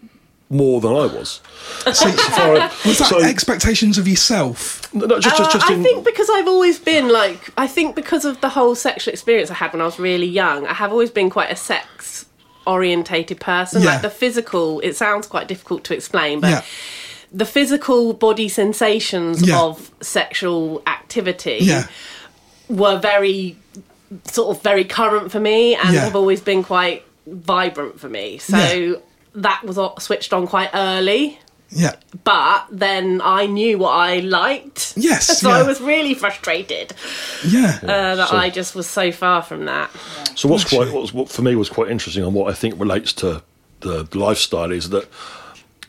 Speaker 4: more than I was. so,
Speaker 1: was that
Speaker 4: so-
Speaker 1: expectations of yourself?
Speaker 4: no, just, just,
Speaker 5: Uh,
Speaker 4: just
Speaker 5: I
Speaker 4: in,
Speaker 5: think because I've always been like, I think because of the whole sexual experience I had when I was really young, I have always been quite a sex orientated person.
Speaker 1: Yeah.
Speaker 5: Like the physical, it sounds quite difficult to explain, but
Speaker 1: Yeah.
Speaker 5: the physical body sensations
Speaker 1: Yeah.
Speaker 5: of sexual activity
Speaker 1: Yeah.
Speaker 5: were very sort of very current for me and
Speaker 1: Yeah.
Speaker 5: have always been quite vibrant for me. So
Speaker 1: Yeah.
Speaker 5: that was o- switched on quite early
Speaker 1: Yeah.
Speaker 5: but then I knew what I liked.
Speaker 1: Yes,
Speaker 5: so I
Speaker 1: yeah.
Speaker 5: was really frustrated
Speaker 1: Yeah.
Speaker 5: uh, that
Speaker 4: so-
Speaker 5: I just was so far from that.
Speaker 4: So what's quite what's, what for me was quite interesting, and what I think relates to the lifestyle is that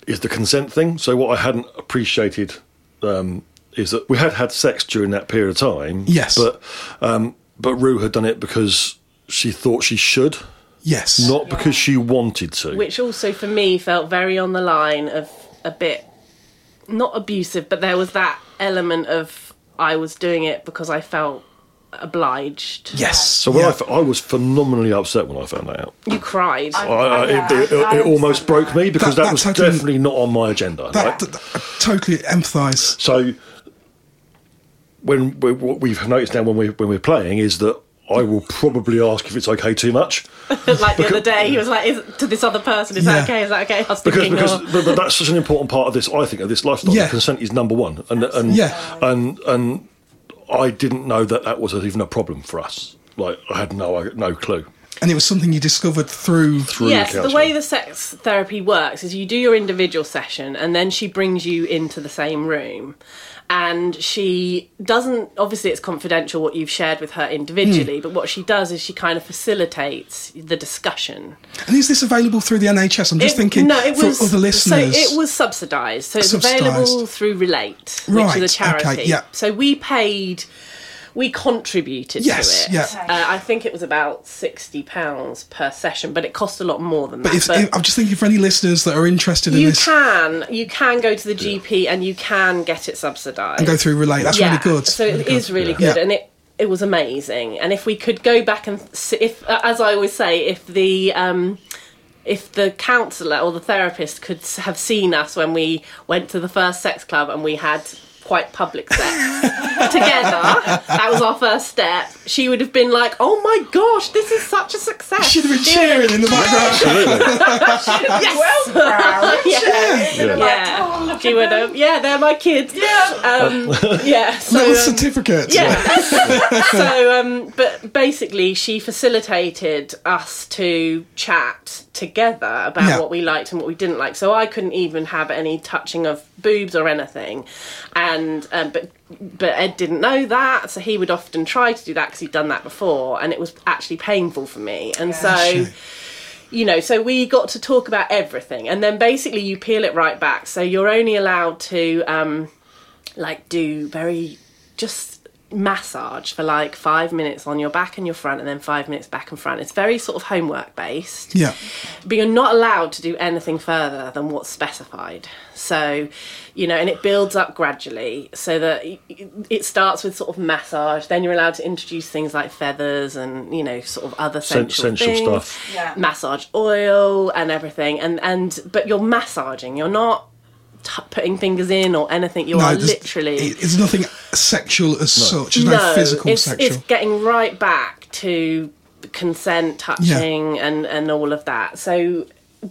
Speaker 4: is the consent thing. So what I hadn't appreciated um, is that we had had sex during that period of time.
Speaker 1: Yes.
Speaker 4: but um, but Rue had done it because she thought she should,
Speaker 1: yes.
Speaker 4: not because she wanted to.
Speaker 5: Which also for me felt very on the line of a bit not abusive, but there was that element of I was doing it because I felt obliged.
Speaker 1: yes.
Speaker 4: so when
Speaker 1: yeah.
Speaker 4: I f I I, was phenomenally upset when I found that out.
Speaker 5: You cried.
Speaker 4: I, I, it, it,
Speaker 7: I
Speaker 4: it almost
Speaker 7: understand
Speaker 4: broke
Speaker 7: that.
Speaker 4: me because
Speaker 1: That-
Speaker 4: that,
Speaker 1: that
Speaker 4: was
Speaker 1: totally-
Speaker 4: definitely not on my agenda.
Speaker 1: that,
Speaker 4: right?
Speaker 1: that- that- I totally empathise.
Speaker 4: So when we, what we've noticed now when we when we're playing is that I will probably ask if it's okay too much
Speaker 5: like the other day, he was like, is, to this other person, is
Speaker 1: Yeah.
Speaker 5: that okay? Is that okay? I was
Speaker 4: because
Speaker 5: thinking,
Speaker 4: because
Speaker 5: oh.
Speaker 4: but, but that's such an important part of this I think of this lifestyle.
Speaker 1: Yeah.
Speaker 4: Consent is number one, and and
Speaker 1: Yeah.
Speaker 4: and and I didn't know that that was even a problem for us. Like I had no no clue.
Speaker 1: And it was something you discovered through. through
Speaker 5: Yes, the
Speaker 4: counselling.
Speaker 5: way the sex therapy works is you do your individual session and then she brings you into the same room. And she doesn't, obviously, it's confidential what you've shared with her individually,
Speaker 1: Hmm.
Speaker 5: but what she does is she kind of facilitates the discussion.
Speaker 1: and is this available through the NHS? I'm just
Speaker 5: It-
Speaker 1: thinking
Speaker 5: no, it
Speaker 1: for
Speaker 5: was,
Speaker 1: other listeners.
Speaker 5: So it was subsidised. So it's
Speaker 1: Subsidised.
Speaker 5: available through Relate, which
Speaker 1: Right,
Speaker 5: is a
Speaker 1: okay,
Speaker 5: charity.
Speaker 1: yeah.
Speaker 5: So we paid. we contributed
Speaker 1: Yes,
Speaker 5: to it.
Speaker 1: yeah.
Speaker 5: Uh, I think it was about sixty pounds per session, but it cost a lot more than
Speaker 1: But if,
Speaker 5: that.
Speaker 1: if- I'm just thinking for any listeners that are interested in
Speaker 5: you
Speaker 1: this
Speaker 5: can you can go to the GP and you can get it subsidised
Speaker 1: and go through relate, that's really good. Oh
Speaker 5: so it is really
Speaker 1: Yeah.
Speaker 5: good, and it it was amazing. And if we could go back and s- if, uh, as I always say, if the um, if the counsellor or the therapist could s- have seen us when we went to the first sex club and we had quite public sex together that was our first step she would have been like oh my gosh this is such a success
Speaker 1: Should have been cheering in the background.
Speaker 4: Absolutely.
Speaker 5: yes.
Speaker 7: Well, proud.
Speaker 4: Yeah.
Speaker 5: yeah she would have yeah they're my kids yeah um, yeah so,
Speaker 1: Little
Speaker 5: um,
Speaker 1: certificate.
Speaker 5: yeah. so, um, but basically, she facilitated us to chat together about
Speaker 1: Yeah.
Speaker 5: what we liked and what we didn't like. So I couldn't even have any touching of boobs or anything, and um, but but Ed didn't know that, so he would often try to do that because he'd done that before, and it was actually painful for me. And so you know, so we got to talk about everything, and then basically you peel it right back. So you're only allowed to, um, like, do very just massage for like five minutes on your back and your front, and then five minutes back and front. It's very sort of homework based
Speaker 1: Yeah.
Speaker 5: but you're not allowed to do anything further than what's specified. So, you know, and it builds up gradually so that y- y- it starts with sort of massage, then you're allowed to introduce things like feathers and, you know, sort of other
Speaker 4: Sen-
Speaker 5: sensual,
Speaker 4: sensual
Speaker 5: things,
Speaker 4: stuff.
Speaker 7: Yeah.
Speaker 5: massage oil and everything. And, and, but you're massaging, you're not t- putting fingers in or anything. You are
Speaker 1: there's-
Speaker 5: literally
Speaker 1: it- it's nothing sexual as such. There's no, physical
Speaker 5: it's,
Speaker 1: sexual.
Speaker 5: It's getting right back to consent, touching, and and all of that. So,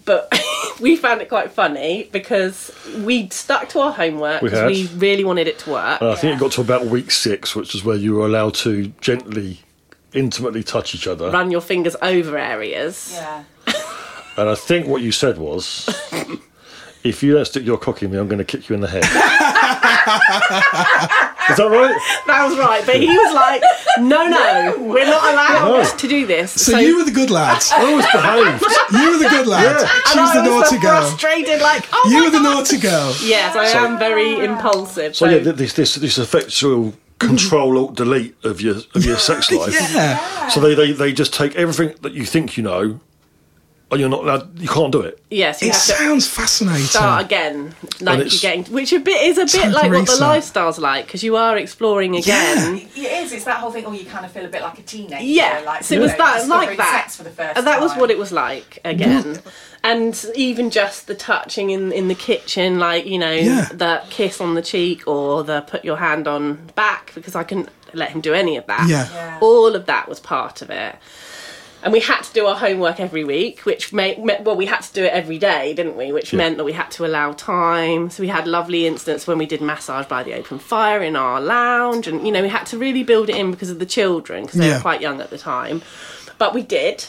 Speaker 5: but we found it quite funny because we stuck to our homework
Speaker 4: We
Speaker 5: because
Speaker 4: had. Uh.
Speaker 5: we really wanted it to work.
Speaker 4: I think it got to about week six, which is where you were allowed to gently, intimately touch each other.
Speaker 5: Run your fingers over areas.
Speaker 7: Yeah.
Speaker 4: And I think what you said was, if you don't stick your cock in me, I'm going to kick you in the head. Is that right?
Speaker 5: That was right, but he was like, "No, no, we're not allowed to do this."
Speaker 1: so, you were the good lad.
Speaker 4: I always behaved.
Speaker 1: You were the good lad. She was the
Speaker 5: I was
Speaker 1: naughty
Speaker 5: so
Speaker 1: girl.
Speaker 5: frustrated, like, "Oh
Speaker 1: You
Speaker 5: my
Speaker 1: were the
Speaker 5: God."
Speaker 1: naughty girl.
Speaker 5: Yes, I am very impulsive.
Speaker 4: So
Speaker 5: so-
Speaker 4: yeah, th- this this this effectual control alt delete of your of your sex life.
Speaker 1: Yeah.
Speaker 4: So they, they they just take everything that you think you know, and you're not allowed. You can't do it.
Speaker 5: yes, you
Speaker 1: It
Speaker 5: have to
Speaker 1: sounds fascinating.
Speaker 5: start again, like
Speaker 4: And
Speaker 5: you're
Speaker 4: it's-
Speaker 5: getting, which a bit is a
Speaker 1: like
Speaker 5: bit like what the
Speaker 1: Greece, like.
Speaker 5: lifestyle's like because you are exploring again.
Speaker 1: Yeah.
Speaker 7: It is. It's that whole thing. Oh, you kind of feel a bit like a teenager.
Speaker 5: Yeah,
Speaker 7: like,
Speaker 5: so it
Speaker 7: you
Speaker 5: was
Speaker 7: know,
Speaker 5: that like
Speaker 7: discovering
Speaker 5: that.
Speaker 7: Sex for the first
Speaker 5: And that was
Speaker 7: time.
Speaker 5: what it was like again, and even just the touching in in the kitchen, like you know
Speaker 1: Yeah.
Speaker 5: the kiss on the cheek or the put your hand on back because I couldn't let him do any of that.
Speaker 1: Yeah. Yeah.
Speaker 5: all of that was part of it. And we had to do our homework every week, which made well, we had to do it every day, didn't we? Which meant that we had to allow time. So we had lovely instance when we did massage by the open fire in our lounge, and you know we had to really build it in because of the children because they
Speaker 1: Yeah.
Speaker 5: were quite young at the time. But we did,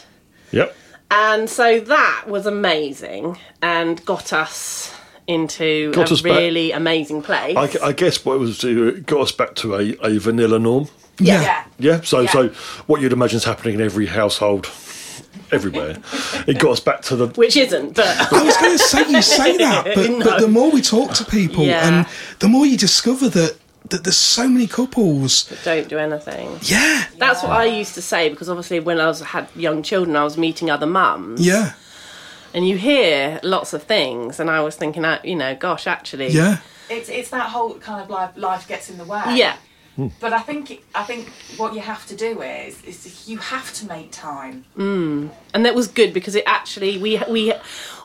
Speaker 4: Yep.
Speaker 5: and so that was amazing and got us into
Speaker 4: Got
Speaker 5: a
Speaker 4: us back-
Speaker 5: really amazing place.
Speaker 4: I, gu- I guess what it was it got us back to a, a vanilla norm.
Speaker 1: yeah.
Speaker 7: Yeah.
Speaker 4: Yeah. So so what you'd imagine is happening in every household, everywhere. it got us back to the
Speaker 5: which isn't, but
Speaker 1: I was going to say you say that, but, but the more we talk to people,
Speaker 5: Yeah.
Speaker 1: and the more you discover that that there's so many couples.
Speaker 5: don't do anything.
Speaker 1: Yeah.
Speaker 5: That's what I used to say because obviously when I was had young children, I was meeting other mums,
Speaker 1: Yeah.
Speaker 5: and you hear lots of things, and I was thinking, uh, you know, gosh, actually,
Speaker 1: Yeah.
Speaker 7: It's it's that whole kind of life. Life gets in the way.
Speaker 5: yeah,
Speaker 7: But I think I think what you have to do is is you have to make time.
Speaker 5: and that was good because it actually we we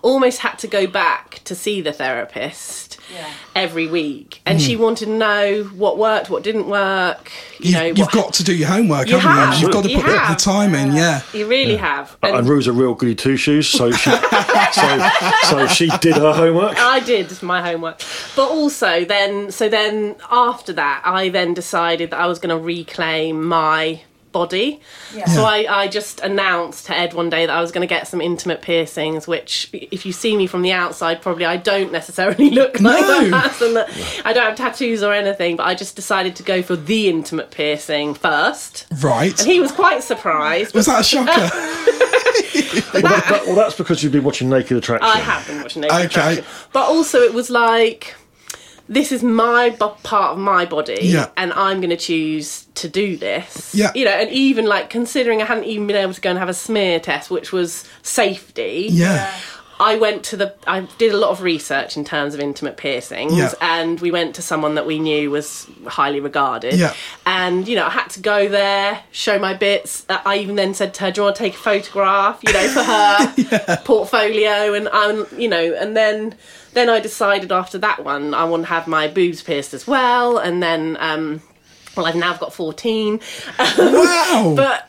Speaker 5: almost had to go back to see the therapist
Speaker 7: Yeah.
Speaker 5: every week, and
Speaker 1: Hmm.
Speaker 5: she wanted to know what worked, what didn't work. You
Speaker 1: You've,
Speaker 5: know,
Speaker 1: you've
Speaker 5: what,
Speaker 1: got to do your homework,
Speaker 5: You
Speaker 1: haven't
Speaker 5: have.
Speaker 1: you? You've got to
Speaker 5: You
Speaker 1: put the, the
Speaker 5: have.
Speaker 1: time in. Yeah.
Speaker 5: you really have.
Speaker 4: and,
Speaker 5: And
Speaker 4: Rue's a real goody two shoes, so she so so she did her homework.
Speaker 5: I did my homework, but also then so then after that, I then decided that I was going to reclaim my body. So I, I just announced to Ed one day that I was going to get some intimate piercings, which if you see me from the outside, probably I don't necessarily look like
Speaker 1: No.
Speaker 5: that person. That, I don't have tattoos or anything, but I just decided to go for the intimate piercing first.
Speaker 1: Right.
Speaker 5: And he was quite surprised.
Speaker 1: Was that a shocker?
Speaker 4: That- well, that's because you've been watching Naked Attraction.
Speaker 5: I have been watching Naked
Speaker 1: Okay.
Speaker 5: Attraction. But also, it was like this is my bo- part of my body
Speaker 1: Yeah.
Speaker 5: and I'm going to choose to do this.
Speaker 1: Yeah.
Speaker 5: You know, and even like considering I hadn't even been able to go and have a smear test, which was safety.
Speaker 1: Yeah.
Speaker 5: I went to the. I did a lot of research in terms of intimate piercings,
Speaker 1: Yeah.
Speaker 5: and we went to someone that we knew was highly regarded.
Speaker 1: Yeah.
Speaker 5: And you know, I had to go there, show my bits. Uh, I even then said to her, "Do you want to take a photograph?" You know, for her portfolio, and I'm, you know, and then then I decided after that one, I want to have my boobs pierced as well, and then. um well, I've now got 14,
Speaker 1: Wow.
Speaker 5: but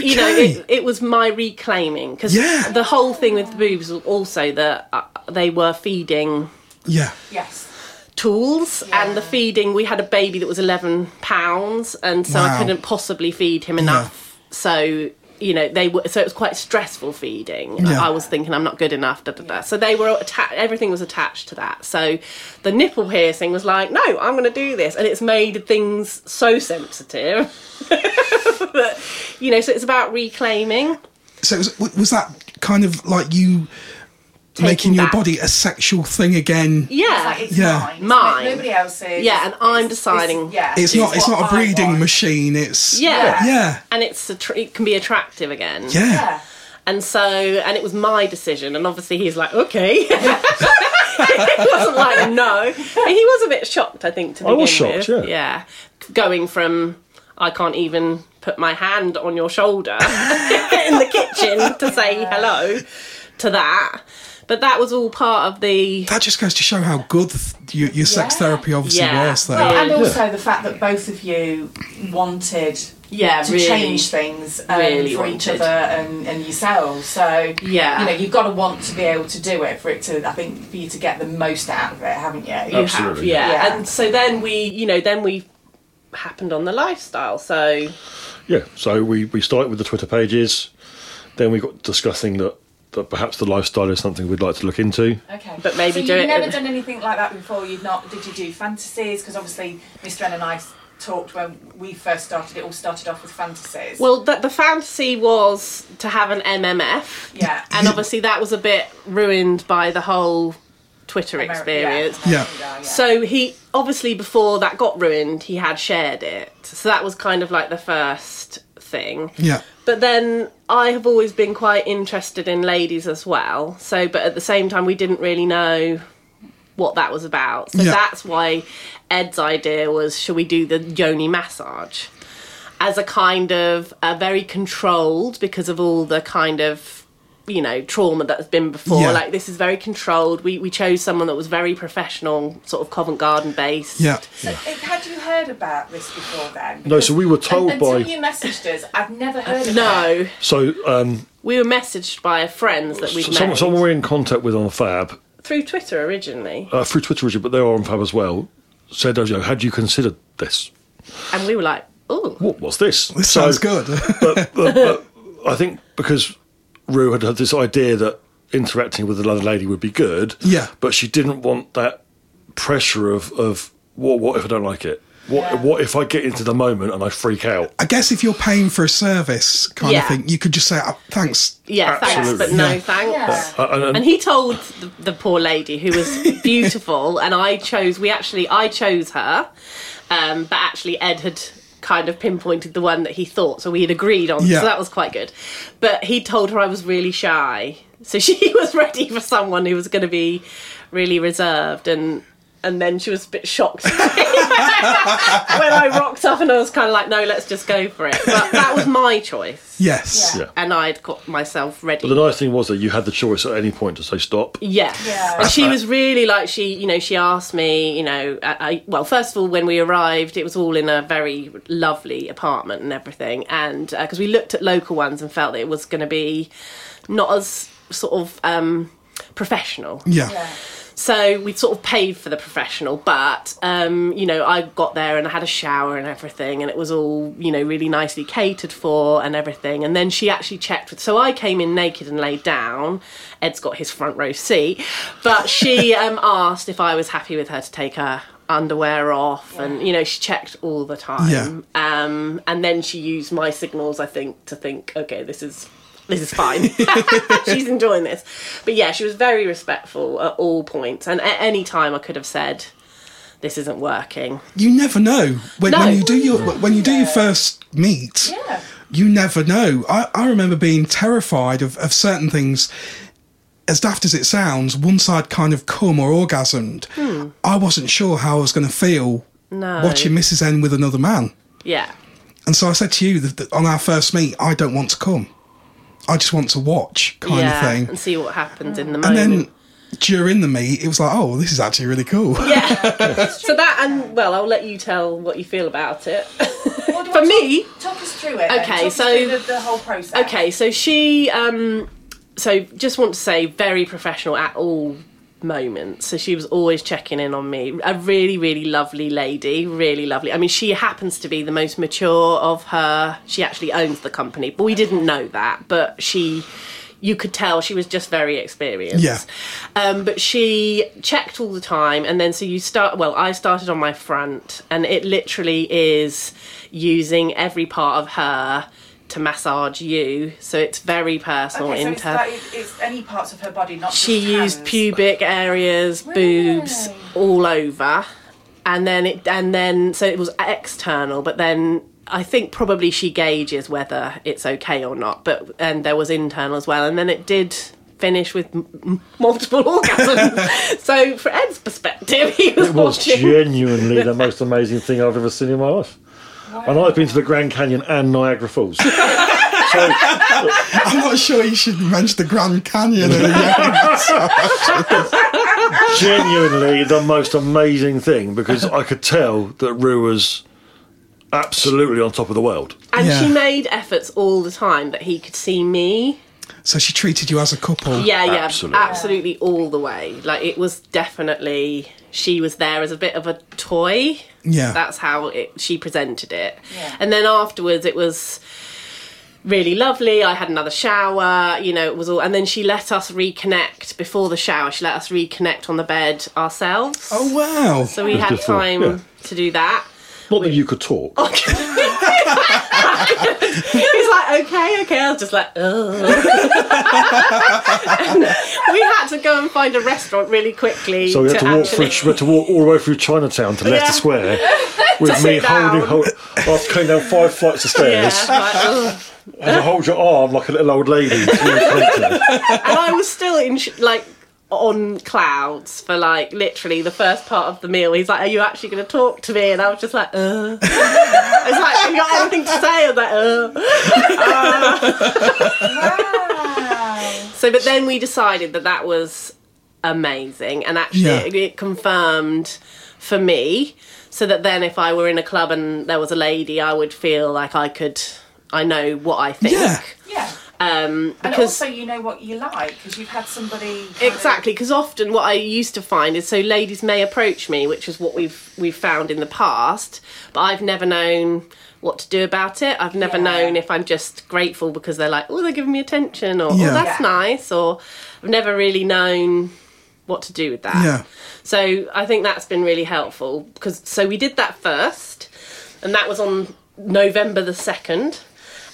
Speaker 5: you know,
Speaker 1: Okay.
Speaker 5: it, it was my reclaiming because
Speaker 1: Yeah.
Speaker 5: the whole thing with the boobs was also that uh, they were feeding
Speaker 1: yeah.
Speaker 7: Yes.
Speaker 5: tools and the feeding. We had a baby that was 11 pounds, and so
Speaker 1: Wow.
Speaker 5: I couldn't possibly feed him enough. So you know they were so it was quite stressful feeding
Speaker 1: Yeah.
Speaker 5: i was thinking i'm not good enough da, da, da. so they were attached everything was attached to that so the nipple piercing was like no i'm going to do this and it's made things so sensitive that you know so it's about reclaiming
Speaker 1: So was, was that kind of like you making your
Speaker 5: back-
Speaker 1: body a sexual thing again?
Speaker 7: It's
Speaker 5: Yeah.
Speaker 7: like it's
Speaker 1: Yeah.
Speaker 7: mine. It's
Speaker 5: Mine.
Speaker 7: Nobody else's.
Speaker 5: Yeah, and I'm
Speaker 7: It's- it's-
Speaker 5: deciding-
Speaker 7: yeah.
Speaker 1: It's not. It's
Speaker 7: what
Speaker 1: not a
Speaker 7: I
Speaker 1: breeding
Speaker 7: want.
Speaker 1: machine. It's
Speaker 5: yeah.
Speaker 1: Yeah.
Speaker 5: And it's attr- it can be attractive again.
Speaker 1: Yeah.
Speaker 7: Yeah.
Speaker 5: And so, and it was my decision. And obviously, he's like, okay. He wasn't like, no. But he was a bit shocked, I think, to
Speaker 4: I
Speaker 5: begin
Speaker 4: was shocked,
Speaker 5: with.
Speaker 4: yeah.
Speaker 5: Going from, I can't even put my hand on your shoulder in the kitchen to say hello to that. But that was all part of the.
Speaker 1: That just goes to show how good th- your, your sex
Speaker 7: Yeah.
Speaker 1: therapy obviously
Speaker 5: Yeah.
Speaker 1: was. Though.
Speaker 7: Well,
Speaker 5: Yeah.
Speaker 7: and also the fact that both of you wanted
Speaker 5: Yeah,
Speaker 7: to
Speaker 5: really.
Speaker 7: change things um,
Speaker 5: really
Speaker 7: for each
Speaker 5: wanted.
Speaker 7: other and, and yourselves. So
Speaker 5: Yeah.
Speaker 7: you know you've got to want to be able to do it for it to I think for you to get the most out of it, haven't you?
Speaker 4: Oh,
Speaker 5: you have,
Speaker 4: Absolutely.
Speaker 5: yeah.
Speaker 7: Yeah.
Speaker 5: And so then we, you know, then we happened on the lifestyle. So
Speaker 4: Yeah, so we, we started with the Twitter pages, then we got discussing that, that perhaps the lifestyle is something we'd like to look into.
Speaker 7: Okay,
Speaker 5: But maybe do
Speaker 7: so you've
Speaker 5: it
Speaker 7: never
Speaker 5: in-
Speaker 7: done anything like that before. You've not. Did you do fantasies? Because obviously, Miss Ren and I s- talked when we first started. It all started off with fantasies.
Speaker 5: Well, the, the fantasy was to have an MMF.
Speaker 7: Yeah.
Speaker 5: And obviously that was a bit ruined by the whole Twitter
Speaker 7: Ameri-
Speaker 5: experience.
Speaker 7: Yeah.
Speaker 1: Yeah.
Speaker 7: American Girl, yeah.
Speaker 5: So he obviously before that got ruined, he had shared it. So that was kind of like the first thing.
Speaker 1: Yeah.
Speaker 5: But then I have always been quite interested in ladies as well. So, but at the same time, we didn't really know what that was about. So
Speaker 1: Yeah.
Speaker 5: that's why Ed's idea was should we do the yoni massage as a kind of a very controlled because of all the kind of you know trauma that's been before
Speaker 1: Yeah.
Speaker 5: like this is very controlled we we chose someone that was very professional sort of covent garden based
Speaker 1: Yeah.
Speaker 7: So, it- had you heard about this before then?
Speaker 4: No, so we were told
Speaker 7: until
Speaker 4: by-
Speaker 7: you messaged us, I've never heard of it.
Speaker 5: no
Speaker 4: So um,
Speaker 5: we were messaged by friends that we'd
Speaker 4: someone,
Speaker 5: met
Speaker 4: someone we're in contact with on Fab,
Speaker 5: through twitter originally
Speaker 4: uh, through Twitter, Richard, but they are on Fab as well, said, you know, had you considered this?
Speaker 5: and we were like oh
Speaker 4: What was this?
Speaker 1: This
Speaker 4: So-
Speaker 1: sounds good.
Speaker 4: but, but, but I think because Rue had had this idea that interacting with another lady would be good.
Speaker 1: Yeah.
Speaker 4: But she didn't want that pressure of of what what if I don't like it? What
Speaker 7: Yeah.
Speaker 4: what if I get into the moment and I freak out?
Speaker 1: I guess if you're paying for a service kind of
Speaker 5: Yeah.
Speaker 1: thing, you could just say, oh, "Thanks."
Speaker 5: Yeah, thanks,
Speaker 4: Absolutely.
Speaker 5: but no
Speaker 1: Yeah.
Speaker 5: thanks.
Speaker 7: Yeah.
Speaker 4: Uh, And, and,
Speaker 5: And he told the, the poor lady who was beautiful, and I chose. We actually, I chose her, um, but actually Ed had kind of pinpointed the one that he thought, so we had agreed on.
Speaker 1: Yeah.
Speaker 5: So that was quite good. But he told her I was really shy, so she was ready for someone who was going to be really reserved and. And then she was a bit shocked when I rocked up, and I was kind of like, "No, let's just go for it." But that was my choice,
Speaker 1: Yes.
Speaker 7: Yeah.
Speaker 4: Yeah.
Speaker 5: and I'd got myself ready.
Speaker 4: but the nice thing was that you had the choice at any point to say stop.
Speaker 5: Yeah.
Speaker 7: Yeah.
Speaker 5: And she was really like she, you know, she asked me, you know, I, I, well, first of all, when we arrived, it was all in a very lovely apartment and everything, and because we looked at local ones and felt that it was going to be not as sort of um, professional,
Speaker 1: Yeah.
Speaker 7: Yeah.
Speaker 5: so we sort of paid for the professional, but um, you know, I got there and I had a shower and everything, and it was all you know really nicely catered for and everything. And then she actually checked with. So I came in naked and laid down. Ed's got his front row seat, but she um, asked if I was happy with her to take her underwear off, and you know, she checked all the time. Um, and then she used my signals, I think, to think, okay, this is this is fine. She's enjoying this. But yeah, she was very respectful at all points. And at any time I could have said, this isn't working.
Speaker 1: You never know when,
Speaker 5: No.
Speaker 1: when you do your when you do your first meet.
Speaker 7: Yeah.
Speaker 1: You never know. I, I remember being terrified of, of certain things. As daft as it sounds, once I'd kind of come or orgasmed,
Speaker 5: Hmm.
Speaker 1: I wasn't sure how I was going to feel
Speaker 5: No.
Speaker 1: watching Mrs. N with another man.
Speaker 5: Yeah.
Speaker 1: And so I said to you that, that on our first meet, I don't want to come. I just want to watch, kind
Speaker 5: yeah.
Speaker 1: of thing.
Speaker 5: And see what happens in the
Speaker 1: And
Speaker 5: moment.
Speaker 1: then during the meet, it was like, oh, this is actually really cool.
Speaker 5: so that and well, I'll let you tell what you feel about it.
Speaker 7: What do
Speaker 5: For
Speaker 7: I-
Speaker 5: me-
Speaker 7: talk, talk us through it. then.
Speaker 5: Okay,
Speaker 7: Talk us
Speaker 5: so-
Speaker 7: through the, the whole process.
Speaker 5: Okay, so she, um, so just want to say, very professional at all moments. So she was always checking in on me. A really, really lovely lady, really lovely. I mean, she happens to be the most mature of her. She actually owns the company, but we didn't know that. But she, you could tell she was just very experienced.
Speaker 1: Yeah.
Speaker 5: Um, but she checked all the time, and then so you start. Well, I started on my front, and it literally is using every part of her to massage you. So it's very personal
Speaker 7: Okay, so
Speaker 5: in
Speaker 7: it's,
Speaker 5: her.
Speaker 7: like, it- it's any parts of her body, not
Speaker 5: she
Speaker 7: just
Speaker 5: used
Speaker 7: hands.
Speaker 5: pubic areas, boobs, all over, and then it and then so it was external, but then. I think probably she gauges whether it's okay or not, but and there was internal as well, and then it did finish with m- m- multiple orgasms. so, for Ed's perspective, he was,
Speaker 4: It was
Speaker 5: watching.
Speaker 4: genuinely the most amazing thing I've ever seen in my life. And I've been to the Grand Canyon and Niagara Falls. so
Speaker 1: I'm not sure you should mention the Grand Canyon. in a young-
Speaker 4: genuinely the most amazing thing because I could tell that Rue was absolutely on top of the world.
Speaker 5: and she
Speaker 1: Yeah.
Speaker 5: made efforts all the time that he could see me.
Speaker 1: so she treated you as a couple.
Speaker 5: Yeah, yeah,
Speaker 4: Absolutely.
Speaker 5: absolutely. all the way. Like it was definitely she was there as a bit of a toy.
Speaker 1: Yeah.
Speaker 5: That's how it, she presented it. And then afterwards it was really lovely. I had another shower, you know, it was all and then she let us reconnect before the shower. She let us reconnect on the bed ourselves.
Speaker 1: Oh wow!
Speaker 5: So we had
Speaker 4: good thought,
Speaker 5: time
Speaker 4: yeah.
Speaker 5: to do that.
Speaker 4: Not that you could talk.
Speaker 5: Oh, He's like, okay, okay. I was just like, ugh. And we had to go and find a restaurant really quickly.
Speaker 4: So we had to, walk
Speaker 5: actually-
Speaker 4: through, we had to walk all the way through Chinatown to Leicester
Speaker 5: Yeah.
Speaker 4: Square with
Speaker 5: sit
Speaker 4: me holding,
Speaker 5: down.
Speaker 4: hold, after going down five flights of
Speaker 5: Yeah,
Speaker 4: stairs
Speaker 5: like, ugh.
Speaker 4: and to hold your arm like a little old lady. to walk into.
Speaker 5: and I was still in sh- like on clouds for like literally the first part of the meal. He's like, "Are you actually going to talk to me?" And I was just like, "Uh." it's like, "Have you got anything to say?" I'm like, "Uh."
Speaker 7: Wow.
Speaker 5: So, but then we decided that that was amazing, and actually,
Speaker 1: Yeah.
Speaker 5: it, it confirmed for me. So that then, if I were in a club and there was a lady, I would feel like I could, I know what I think.
Speaker 1: Yeah.
Speaker 7: Yeah.
Speaker 5: Um,
Speaker 7: And
Speaker 5: because
Speaker 7: also, you know what you like because you've had somebody. kind of-
Speaker 5: Exactly, because often what I used to find is so ladies may approach me, which is what we've we've found in the past, but I've never known what to do about it. I've never
Speaker 7: Yeah.
Speaker 5: known if I'm just grateful because they're like, oh, they're giving me attention, or
Speaker 1: Yeah.
Speaker 5: oh, that's
Speaker 7: Yeah.
Speaker 5: nice, or I've never really known what to do with that.
Speaker 1: Yeah.
Speaker 5: So I think that's been really helpful because so we did that first, and that was on November the second.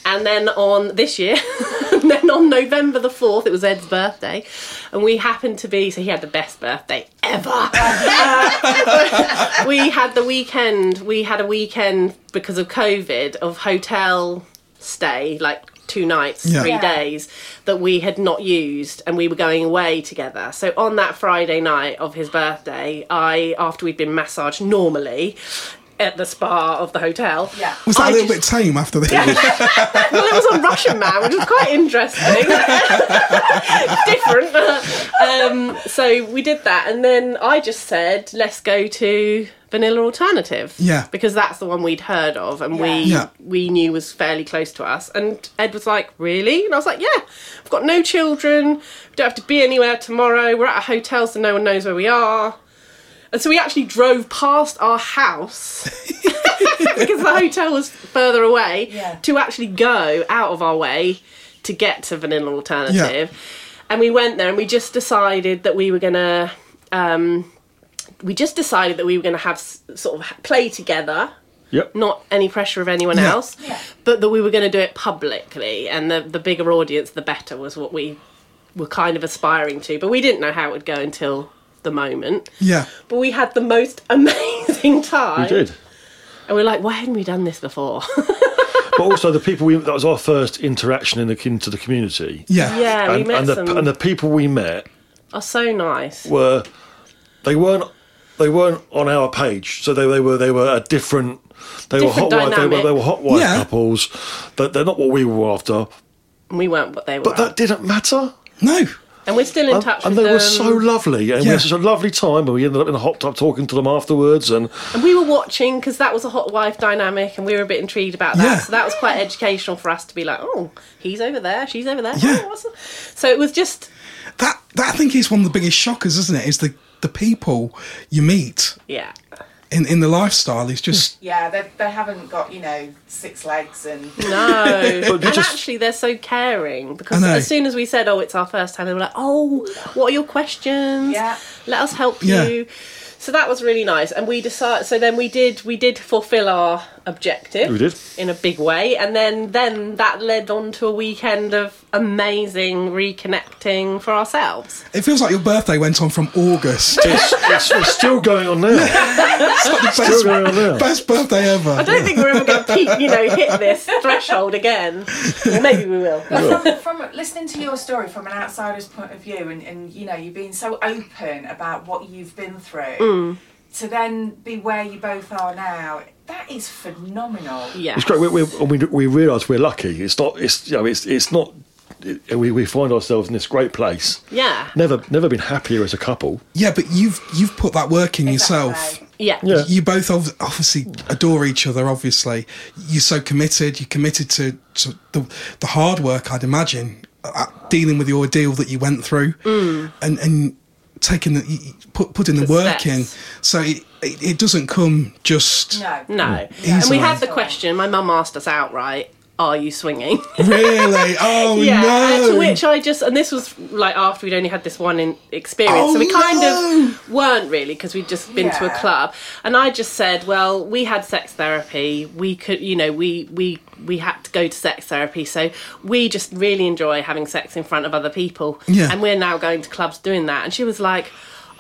Speaker 5: And then on this year, and then on November the 4th, it was Ed's birthday, and we happened to be, so he had the best birthday ever. Uh, we had the weekend, we had a weekend because of COVID of hotel stay, like two nights,
Speaker 1: Yeah.
Speaker 5: three
Speaker 1: Yeah.
Speaker 5: days that we had not used, and we were going away together. So on that Friday night of his birthday, I, after we'd been massaged normally, at the spa of the hotel.
Speaker 7: Yeah.
Speaker 1: Was that
Speaker 5: I
Speaker 1: a little
Speaker 5: just-
Speaker 1: bit tame after the?
Speaker 5: well, it was on Russian Man, which was quite interesting. Different. Um, so we did that, and then I just said, let's go to Vanilla Alternative.
Speaker 1: Yeah.
Speaker 5: Because that's the one we'd heard of, and we
Speaker 1: Yeah.
Speaker 5: we knew was fairly close to us. And Ed was like, really? And I was like, yeah. I've got no children. We don't have to be anywhere tomorrow. We're at a hotel, so no one knows where we are. And so we actually drove past our house because the hotel was further away
Speaker 7: Yeah.
Speaker 5: to actually go out of our way to get to Vanilla Alternative. And we went there and we just decided that we were going to. Um, we just decided that we were going to have s- sort of ha- play together,
Speaker 4: Yep.
Speaker 5: not any pressure of anyone
Speaker 1: Yeah.
Speaker 5: else, but that we were going to do it publicly, and the the bigger audience, the better, was what we were kind of aspiring to. But we didn't know how it would go until the moment.
Speaker 1: Yeah.
Speaker 5: But we had the most amazing time.
Speaker 4: We did.
Speaker 5: And we're like, why hadn't we done this before?
Speaker 4: But also the people we, that was our first interaction in the, into the community.
Speaker 1: Yeah.
Speaker 5: yeah, we
Speaker 4: And,
Speaker 5: met
Speaker 4: and the
Speaker 5: some.
Speaker 4: and the people we met
Speaker 5: are so nice.
Speaker 4: were they weren't they weren't on our page, so they, they were they were a different they
Speaker 5: Different
Speaker 4: were hot wife they were
Speaker 5: dynamic.
Speaker 4: they were hot wife
Speaker 1: Yeah.
Speaker 4: couples. That they're not what we were after,
Speaker 5: And we weren't what they were.
Speaker 4: but that didn't matter.
Speaker 1: No.
Speaker 5: and we're still in
Speaker 4: And,
Speaker 5: touch
Speaker 4: and they
Speaker 5: with them.
Speaker 4: were so lovely, and we
Speaker 1: Yeah.
Speaker 4: had such a lovely time. And we ended up in a hot tub talking to them afterwards, and
Speaker 5: And we were watching because that was a hot wife dynamic, and we were a bit intrigued about that.
Speaker 1: Yeah.
Speaker 5: So that was quite educational for us to be like, oh, he's over there, she's over there.
Speaker 1: Yeah.
Speaker 5: Oh, what's up? So it was just,
Speaker 1: That that I think is one of the biggest shockers, isn't it? Is the the people you meet
Speaker 5: yeah.
Speaker 1: in in the lifestyle is just
Speaker 7: Yeah, they, they haven't got, you know, six legs and.
Speaker 5: No. and
Speaker 4: just-
Speaker 5: actually, they're so caring because
Speaker 1: I know.
Speaker 5: as soon as we said, oh, it's our first time, they were like, oh, what are your questions?
Speaker 7: Yeah.
Speaker 5: Let us help
Speaker 1: Yeah.
Speaker 5: you. So that was really nice, and we decided. So then we did. We did fulfil our objective.
Speaker 4: We did.
Speaker 5: in a big way, and then then that led on to a weekend of amazing reconnecting for ourselves.
Speaker 1: it feels like your birthday went on from August.
Speaker 4: it's, it's, it's still going on now.
Speaker 1: It's like the
Speaker 4: Still going on
Speaker 1: best,
Speaker 4: now.
Speaker 1: best birthday ever.
Speaker 5: I don't think we're ever going to peak, you know, hit this threshold again. Well, maybe we will.
Speaker 7: But from, from listening to your story from an outsider's point of view, and, and you know, you being so open about what you've been through,
Speaker 5: Mm.
Speaker 7: to then be where you both are now, that is phenomenal.
Speaker 5: Yeah,
Speaker 4: It's great. We, we, and we, we realise we're lucky. It's not. It's you know. It's it's not. It, we we find ourselves in this great place.
Speaker 5: Yeah.
Speaker 4: Never never been happier as a couple.
Speaker 1: Yeah, but you've you've put that work in yourself.
Speaker 7: Exactly.
Speaker 5: yeah,
Speaker 4: Yeah.
Speaker 1: You both ob- obviously adore each other. Obviously, you're so committed. You're committed to, to the the hard work. I'd imagine uh, dealing with the ordeal that you went through, and and taking the you- you put putting the
Speaker 5: Mm. The
Speaker 1: work in.
Speaker 5: steps.
Speaker 1: So it, it it doesn't come just
Speaker 7: No.
Speaker 5: No, and we
Speaker 1: Easily.
Speaker 5: had the question. My mum asked us outright, "Are you swinging?"
Speaker 1: really. Oh
Speaker 5: and to
Speaker 1: no!
Speaker 5: which I just, and this was like after we'd only had this one in experience,
Speaker 1: Oh,
Speaker 5: so we kind
Speaker 1: no.
Speaker 5: of weren't really because we'd just been to a
Speaker 7: Yeah.
Speaker 5: club. And I just said, well, we had sex therapy. We could, you know, we we we had to go to sex therapy, so we just really enjoy having sex in front of other people.
Speaker 1: Yeah.
Speaker 5: And we're now going to clubs doing that. And she was like.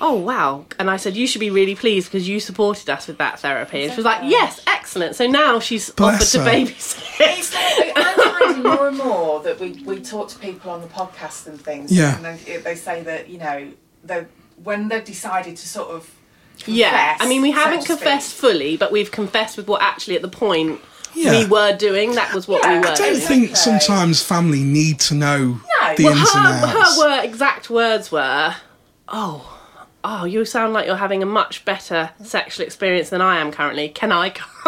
Speaker 5: Oh wow! And I said you should be really pleased because you supported us with that therapy. And she was like, "Yes, excellent." So now she's
Speaker 1: Bless
Speaker 5: offered to
Speaker 1: her.
Speaker 5: babysit.
Speaker 7: I'm finding more and more that we, we talk to people on the podcast and things,
Speaker 1: Yeah.
Speaker 7: and they, they say that you know they when they've decided to sort of
Speaker 5: Yeah,
Speaker 7: confess,
Speaker 5: I mean, we
Speaker 7: so
Speaker 5: haven't
Speaker 7: to speak.
Speaker 5: confessed fully, but we've confessed with what actually at the point
Speaker 1: Yeah.
Speaker 5: we were doing. That was what
Speaker 7: Yeah,
Speaker 5: we were.
Speaker 7: I
Speaker 1: I
Speaker 5: doing.
Speaker 1: don't think sometimes family need to know
Speaker 7: No.
Speaker 1: the
Speaker 7: Well,
Speaker 1: ins and
Speaker 5: her, her
Speaker 1: outs.
Speaker 5: word, exact words were, "Oh, oh, you sound like you're having a much better sexual experience than I am currently. Can I come?"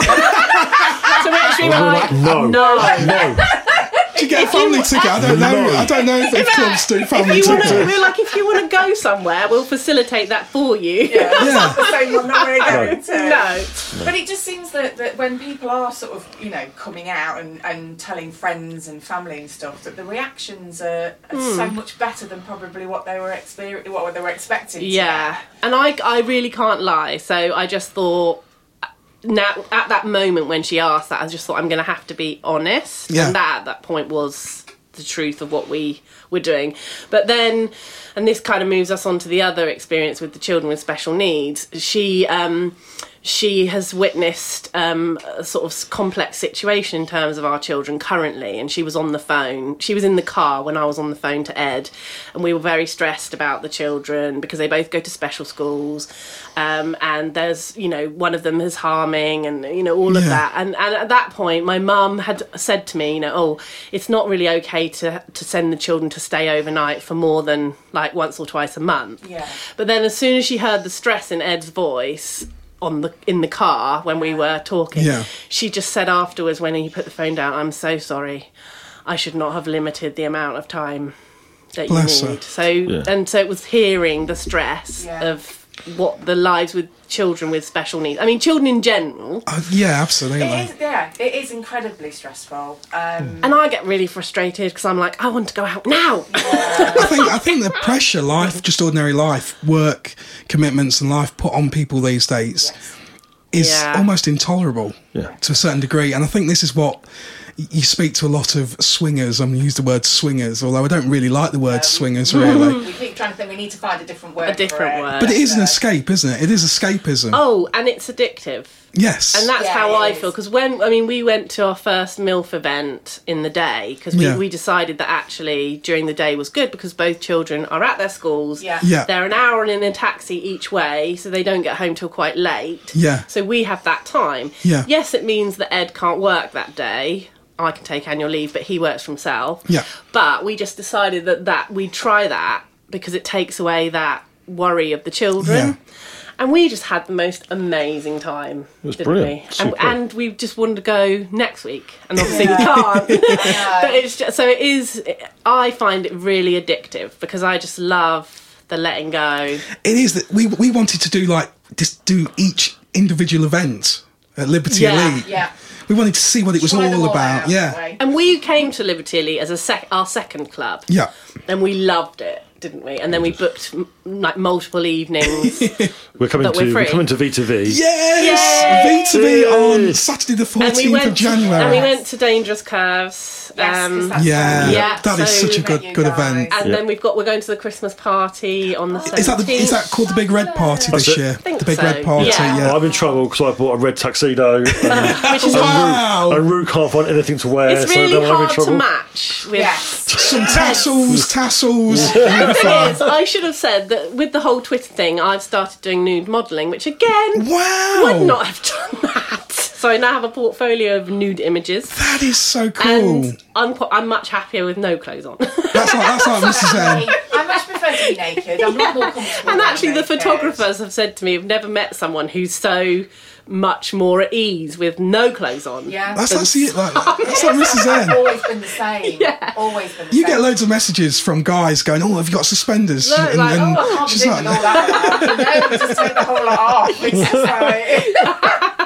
Speaker 5: so we actually were like,
Speaker 4: no.
Speaker 5: "No."
Speaker 4: No.
Speaker 1: Do you get a family ticket? I don't know. I don't know if the clubs do family
Speaker 5: You wanna,
Speaker 1: tickets.
Speaker 5: we're like, if you want to go somewhere, we'll facilitate that for you.
Speaker 1: Yeah.
Speaker 7: the same one that we're going to.
Speaker 5: no.
Speaker 7: But it just seems that, that when people are sort of, you know, coming out and, and telling friends and family and stuff, that the reactions are, are so
Speaker 5: Hmm.
Speaker 7: much better than probably what they were exper- what they were expecting. to
Speaker 5: Yeah, and I, I really can't lie. So I just thought, now at that moment when she asked that, I just thought I'm going to have to be honest.
Speaker 1: Yeah.
Speaker 5: And that at that point was the truth of what we were doing. But then, and this kind of moves us on to the other experience with the children with special needs. She, um, she has witnessed um, a sort of s- complex situation in terms of our children currently, and she was on the phone. She was in the car when I was on the phone to Ed, and we were very stressed about the children because they both go to special schools, um, and there's you know one of them is harming, and you know all of
Speaker 1: Yeah.
Speaker 5: that. And and at that point, my mum had said to me, you know, oh, it's not really okay to to send the children to stay overnight for more than like once or twice a month.
Speaker 7: Yeah.
Speaker 5: But then, as soon as she heard the stress in Ed's voice on the in the car when we were talking,
Speaker 1: Yeah.
Speaker 5: she just said afterwards when he put the phone down, "I'm so sorry. I should not have limited the amount of time that
Speaker 1: Bless
Speaker 5: you
Speaker 1: her.
Speaker 5: need." So and so it was hearing the stress
Speaker 7: Yeah.
Speaker 5: of what the lives with children with special needs. I mean, children in general.
Speaker 1: Uh, yeah, absolutely.
Speaker 7: It is, yeah, it is incredibly stressful. Um,
Speaker 5: And I get really frustrated because I'm like, I want to go out now.
Speaker 1: I think I think the pressure life, just ordinary life, work commitments and life put on people these days is
Speaker 5: Yeah.
Speaker 1: almost intolerable
Speaker 4: Yeah.
Speaker 1: to a certain degree. And I think this is what you speak to a lot of swingers. I'm going to use the word swingers, although I don't really like the word swingers, really.
Speaker 7: We keep trying to think we need to find a different word.
Speaker 5: A different
Speaker 7: for it.
Speaker 5: word.
Speaker 1: But it is an escape, isn't it? It is escapism.
Speaker 5: Oh, and it's addictive.
Speaker 1: yes.
Speaker 5: And that's
Speaker 7: Yeah,
Speaker 5: how
Speaker 7: it
Speaker 5: I
Speaker 7: is.
Speaker 5: feel because when I mean we went to our first MILF event in the day because we,
Speaker 1: Yeah.
Speaker 5: we decided that actually during the day was good because both children are at their schools.
Speaker 7: Yeah.
Speaker 1: Yeah.
Speaker 5: They're an hour and in a taxi each way, so they don't get home till quite late.
Speaker 1: Yeah.
Speaker 5: So we have that time.
Speaker 1: Yeah.
Speaker 5: Yes, it means that Ed can't work that day. I can take annual leave, but he works for himself.
Speaker 1: Yeah.
Speaker 5: But we just decided that that we'd try that because it takes away that worry of the children.
Speaker 1: Yeah.
Speaker 5: And we just had the most amazing time. It
Speaker 4: was
Speaker 5: didn't
Speaker 4: brilliant.
Speaker 5: We? And,
Speaker 4: Superb.
Speaker 5: and we just wanted to go next week, and obviously we can't. but it's just, so it is. I find it really addictive because I just love the letting go.
Speaker 1: it is that we we wanted to do like just do each individual event at Liberty
Speaker 5: Yeah,
Speaker 1: Elite.
Speaker 7: Yeah.
Speaker 1: We wanted to see what it was
Speaker 7: Try
Speaker 1: all
Speaker 7: them
Speaker 1: about.
Speaker 7: out,
Speaker 1: Yeah.
Speaker 7: anyway.
Speaker 5: And we came to Liberty Elite as a sec- our second club.
Speaker 1: Yeah.
Speaker 5: And we loved it, didn't we? And then we booked m- like multiple evenings.
Speaker 4: We're coming
Speaker 5: But we're
Speaker 4: to we're
Speaker 5: free.
Speaker 4: coming to V to V.
Speaker 1: Yes, V to V on Saturday the
Speaker 5: and we
Speaker 1: fourteenth
Speaker 5: went
Speaker 1: of January.
Speaker 5: and we went to Dangerous Curves.
Speaker 7: Yes, 'cause
Speaker 5: um,
Speaker 7: that's
Speaker 1: yeah,
Speaker 7: when we-
Speaker 5: Yeah,
Speaker 1: that is
Speaker 5: so
Speaker 1: such a
Speaker 5: we
Speaker 1: good
Speaker 7: met you
Speaker 1: good
Speaker 7: guys.
Speaker 1: event.
Speaker 5: and
Speaker 4: Yeah.
Speaker 5: then we've got we're going to the Christmas party on the 17th.
Speaker 1: Is that the, is that called the Big Red Party
Speaker 4: That's
Speaker 1: this
Speaker 4: it.
Speaker 1: year?
Speaker 5: Think
Speaker 1: The Big
Speaker 5: so,
Speaker 1: Red Party.
Speaker 5: yeah.
Speaker 1: Yeah.
Speaker 4: I'm in trouble because I bought a red tuxedo. And, and
Speaker 1: Oh, Wow.
Speaker 4: Rook, and Rook can't find anything to wear,
Speaker 5: It's
Speaker 4: so
Speaker 5: really
Speaker 4: then I'm in
Speaker 5: hard to
Speaker 4: trouble.
Speaker 5: match with.
Speaker 7: Yes.
Speaker 1: Some tassels, tassels.
Speaker 5: Thing is, I should have said that with the whole Twitter thing, I've started doing nude modelling, which again
Speaker 1: wow.
Speaker 5: would not have done that. So I now have a portfolio of nude images,
Speaker 1: That is so cool.
Speaker 5: and I'm qu- I'm much happier with no clothes on.
Speaker 1: That's like that's like Mrs. M.
Speaker 7: I much prefer to be naked. I'm not more comfortable.
Speaker 5: and
Speaker 7: when I'm
Speaker 5: actually, the
Speaker 7: naked.
Speaker 5: photographers have said to me, "I've never met someone who's so much more at ease with no clothes on."
Speaker 7: Yeah.
Speaker 1: That's actually it, like that's like Mrs.
Speaker 7: I've
Speaker 1: M.
Speaker 7: always been the same. Always been the
Speaker 1: You
Speaker 7: same.
Speaker 1: get loads of messages from guys going, "Oh, have you got suspenders?"
Speaker 5: Look,
Speaker 1: and,
Speaker 5: like,
Speaker 1: and
Speaker 5: "Oh,
Speaker 7: I can't
Speaker 1: she's
Speaker 7: do with all
Speaker 1: like,
Speaker 7: that. you know, just take the whole lot off. It's just how it is.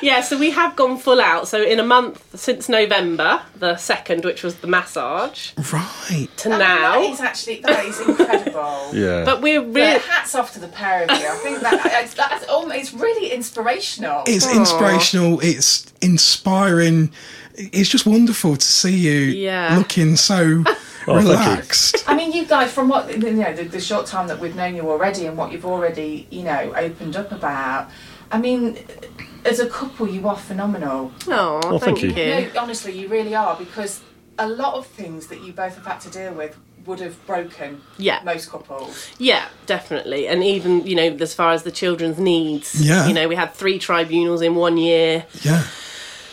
Speaker 5: Yeah, so we have gone full out. So in a month since November, the second, which was the massage,
Speaker 1: "Right,
Speaker 7: Oh,
Speaker 5: to
Speaker 7: That
Speaker 5: now.
Speaker 7: is actually that is incredible.
Speaker 4: Yeah.
Speaker 5: But we're
Speaker 7: But
Speaker 5: really
Speaker 7: hats off to the pair of you. I think that it's, that's almost, it's really inspirational.
Speaker 1: it's inspirational. It's inspiring. It's just wonderful to see you
Speaker 5: Yeah.
Speaker 1: looking so
Speaker 4: thank you.
Speaker 1: relaxed."
Speaker 7: I mean, you guys, from what you know, the, the short time that we've known you already, and what you've already, you know, opened up about. I mean, as a couple, you are phenomenal.
Speaker 5: Oh,
Speaker 4: thank
Speaker 5: thank,
Speaker 4: you.
Speaker 5: you.
Speaker 7: No, honestly, you really are because a lot of things that you both have had to deal with would have broken
Speaker 5: Yeah.
Speaker 7: most couples.
Speaker 5: Yeah, definitely. And even, you know, as far as the children's needs.
Speaker 1: Yeah.
Speaker 5: You know, we had three tribunals in one year.
Speaker 1: Yeah,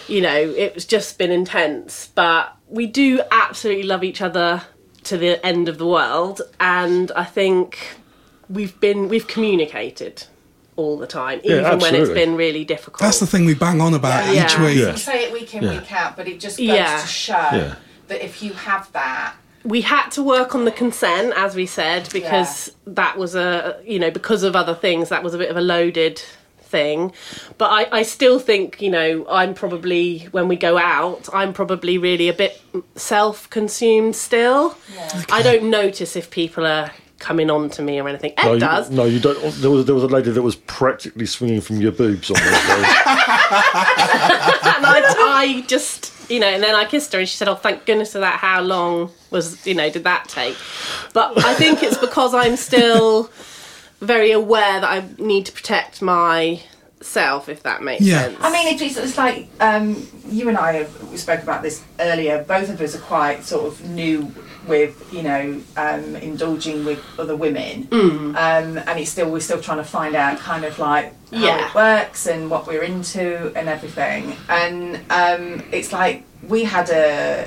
Speaker 5: You know, it's just been intense. But we do absolutely love each other to the end of the world. And I think we've been we've communicated all the time, even when it's
Speaker 4: absolutely.
Speaker 5: been really difficult.
Speaker 1: that's the thing we bang on about
Speaker 7: Yeah.
Speaker 1: each
Speaker 5: Yeah.
Speaker 1: week.
Speaker 7: You say it week in, week out, but it just goes
Speaker 5: Yeah.
Speaker 7: to show
Speaker 4: Yeah.
Speaker 7: that if you have that,
Speaker 5: we had to work on the consent as we said because that was a you know because of other things that was a bit of a loaded thing but I, I still think you know i'm probably when we go out i'm probably really a bit self-consumed still i don't notice if people are coming on to me or anything ed
Speaker 4: no, you,
Speaker 5: does
Speaker 4: no, you don't. There was there was a lady that was practically swinging from your boobs on this. though.
Speaker 5: and I, I just you know and then i kissed her and she said oh thank goodness for that how long was you know did that take but i think it's because i'm still very aware that i need to protect myself if that makes
Speaker 1: Yeah.
Speaker 5: sense
Speaker 7: I mean, it is, it's like um, you and I have we spoke about this earlier. Both of us are quite sort of new with you know um, indulging with other women,
Speaker 5: Mm.
Speaker 7: um, and it's still we're still trying to find out kind of like how
Speaker 5: Yeah.
Speaker 7: it works and what we're into and everything. And um, it's like we had a.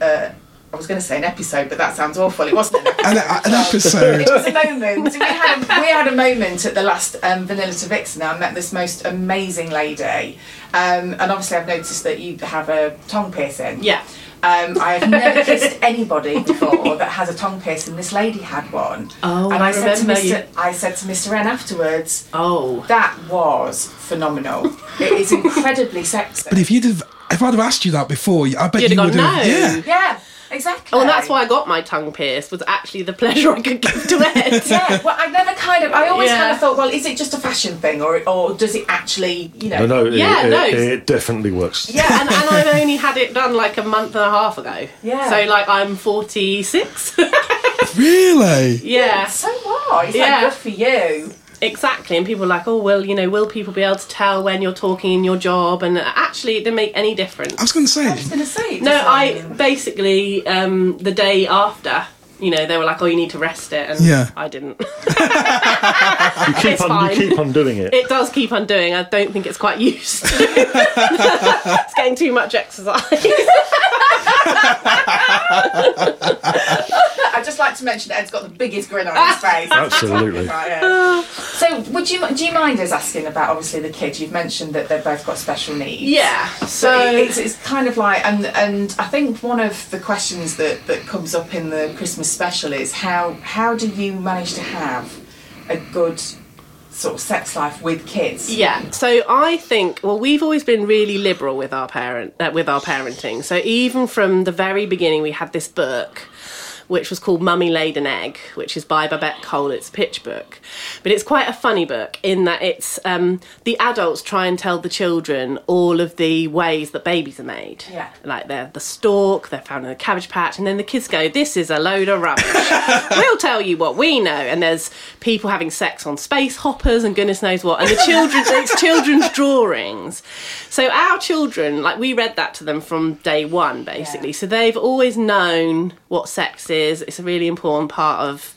Speaker 7: a I was going to say an episode, but that sounds awful. It wasn't. An
Speaker 1: An,
Speaker 7: episode.
Speaker 1: an episode.
Speaker 7: It was a moment. We had a, we had a moment at the last um, Vanilla to Vixen. I met this most amazing lady, um, and obviously I've noticed that you have a tongue piercing.
Speaker 5: Yeah.
Speaker 7: Um, I have never kissed anybody before that has a tongue piercing. This lady had one.
Speaker 5: Oh,
Speaker 7: and
Speaker 5: I
Speaker 7: said to
Speaker 5: remember you-
Speaker 7: Mr. I said to Mr. N afterwards,
Speaker 5: oh
Speaker 7: that was phenomenal. it is incredibly sexy.
Speaker 1: But if you'd have, if I'd have asked you that before, I bet
Speaker 5: You'd
Speaker 1: you
Speaker 5: have
Speaker 1: would
Speaker 5: gone,
Speaker 1: have.
Speaker 5: "No."
Speaker 1: Yeah,
Speaker 7: yeah. Exactly.
Speaker 5: Oh, and that's why I got my tongue pierced was actually the pleasure I could give to it.
Speaker 7: Yeah, well, I never kind of. I always
Speaker 5: Yeah.
Speaker 7: kind of thought, well, is it just a fashion thing, or or does it actually, you know?
Speaker 4: No, no, it,
Speaker 5: Yeah,
Speaker 4: it,
Speaker 5: no.
Speaker 4: it definitely works.
Speaker 5: Yeah, and, and I've only had it done like a month and a half ago.
Speaker 7: Yeah.
Speaker 5: So like I'm 46.
Speaker 1: Really?
Speaker 5: yeah,
Speaker 7: So what? It's
Speaker 5: Yeah.
Speaker 7: like good for you.
Speaker 5: exactly. And people are like, oh well, you know, will people be able to tell when you're talking in your job? And actually, it didn't make any difference.
Speaker 1: I was going to
Speaker 7: I was
Speaker 1: say,
Speaker 7: gonna say.
Speaker 5: No,
Speaker 7: just
Speaker 5: I
Speaker 7: like-
Speaker 5: basically um, the day after. You know, they were like, "Oh, you need to rest it," and
Speaker 1: Yeah.
Speaker 5: I didn't.
Speaker 4: You, keep
Speaker 5: It's
Speaker 4: on, you
Speaker 5: fine.
Speaker 4: keep on doing it.
Speaker 5: It does keep undoing. I don't think it's quite used. to. it's getting too much exercise.
Speaker 7: I'd just like to mention that Ed's got the biggest grin on his face.
Speaker 4: Absolutely.
Speaker 7: Right, yeah. So, would you do you mind us asking about obviously the kids? You've mentioned that they've both got special needs.
Speaker 5: yeah.
Speaker 7: So
Speaker 5: So
Speaker 7: it's, it's kind of like, and and I think one of the questions that, that comes up in the Christmas special is how how do you manage to have a good sort of sex life with kids?
Speaker 5: Yeah. So I think well we've always been really liberal with our parent uh, with our parenting. So even from the very beginning we had this book which was called Mummy Laid an Egg, which is by Babette Cole. It's a pitch book. But it's quite a funny book in that it's um, the adults try and tell the children all of the ways that babies are made.
Speaker 7: Yeah.
Speaker 5: Like they're the stalk, they're found in the cabbage patch, and then the kids go, This is a load of rubbish. we'll tell you what we know. And there's people having sex on space hoppers and goodness knows what. And the children, it's children's drawings. So our children, like we read that to them from day one, basically. So they've always known what sex is. It's a really important part of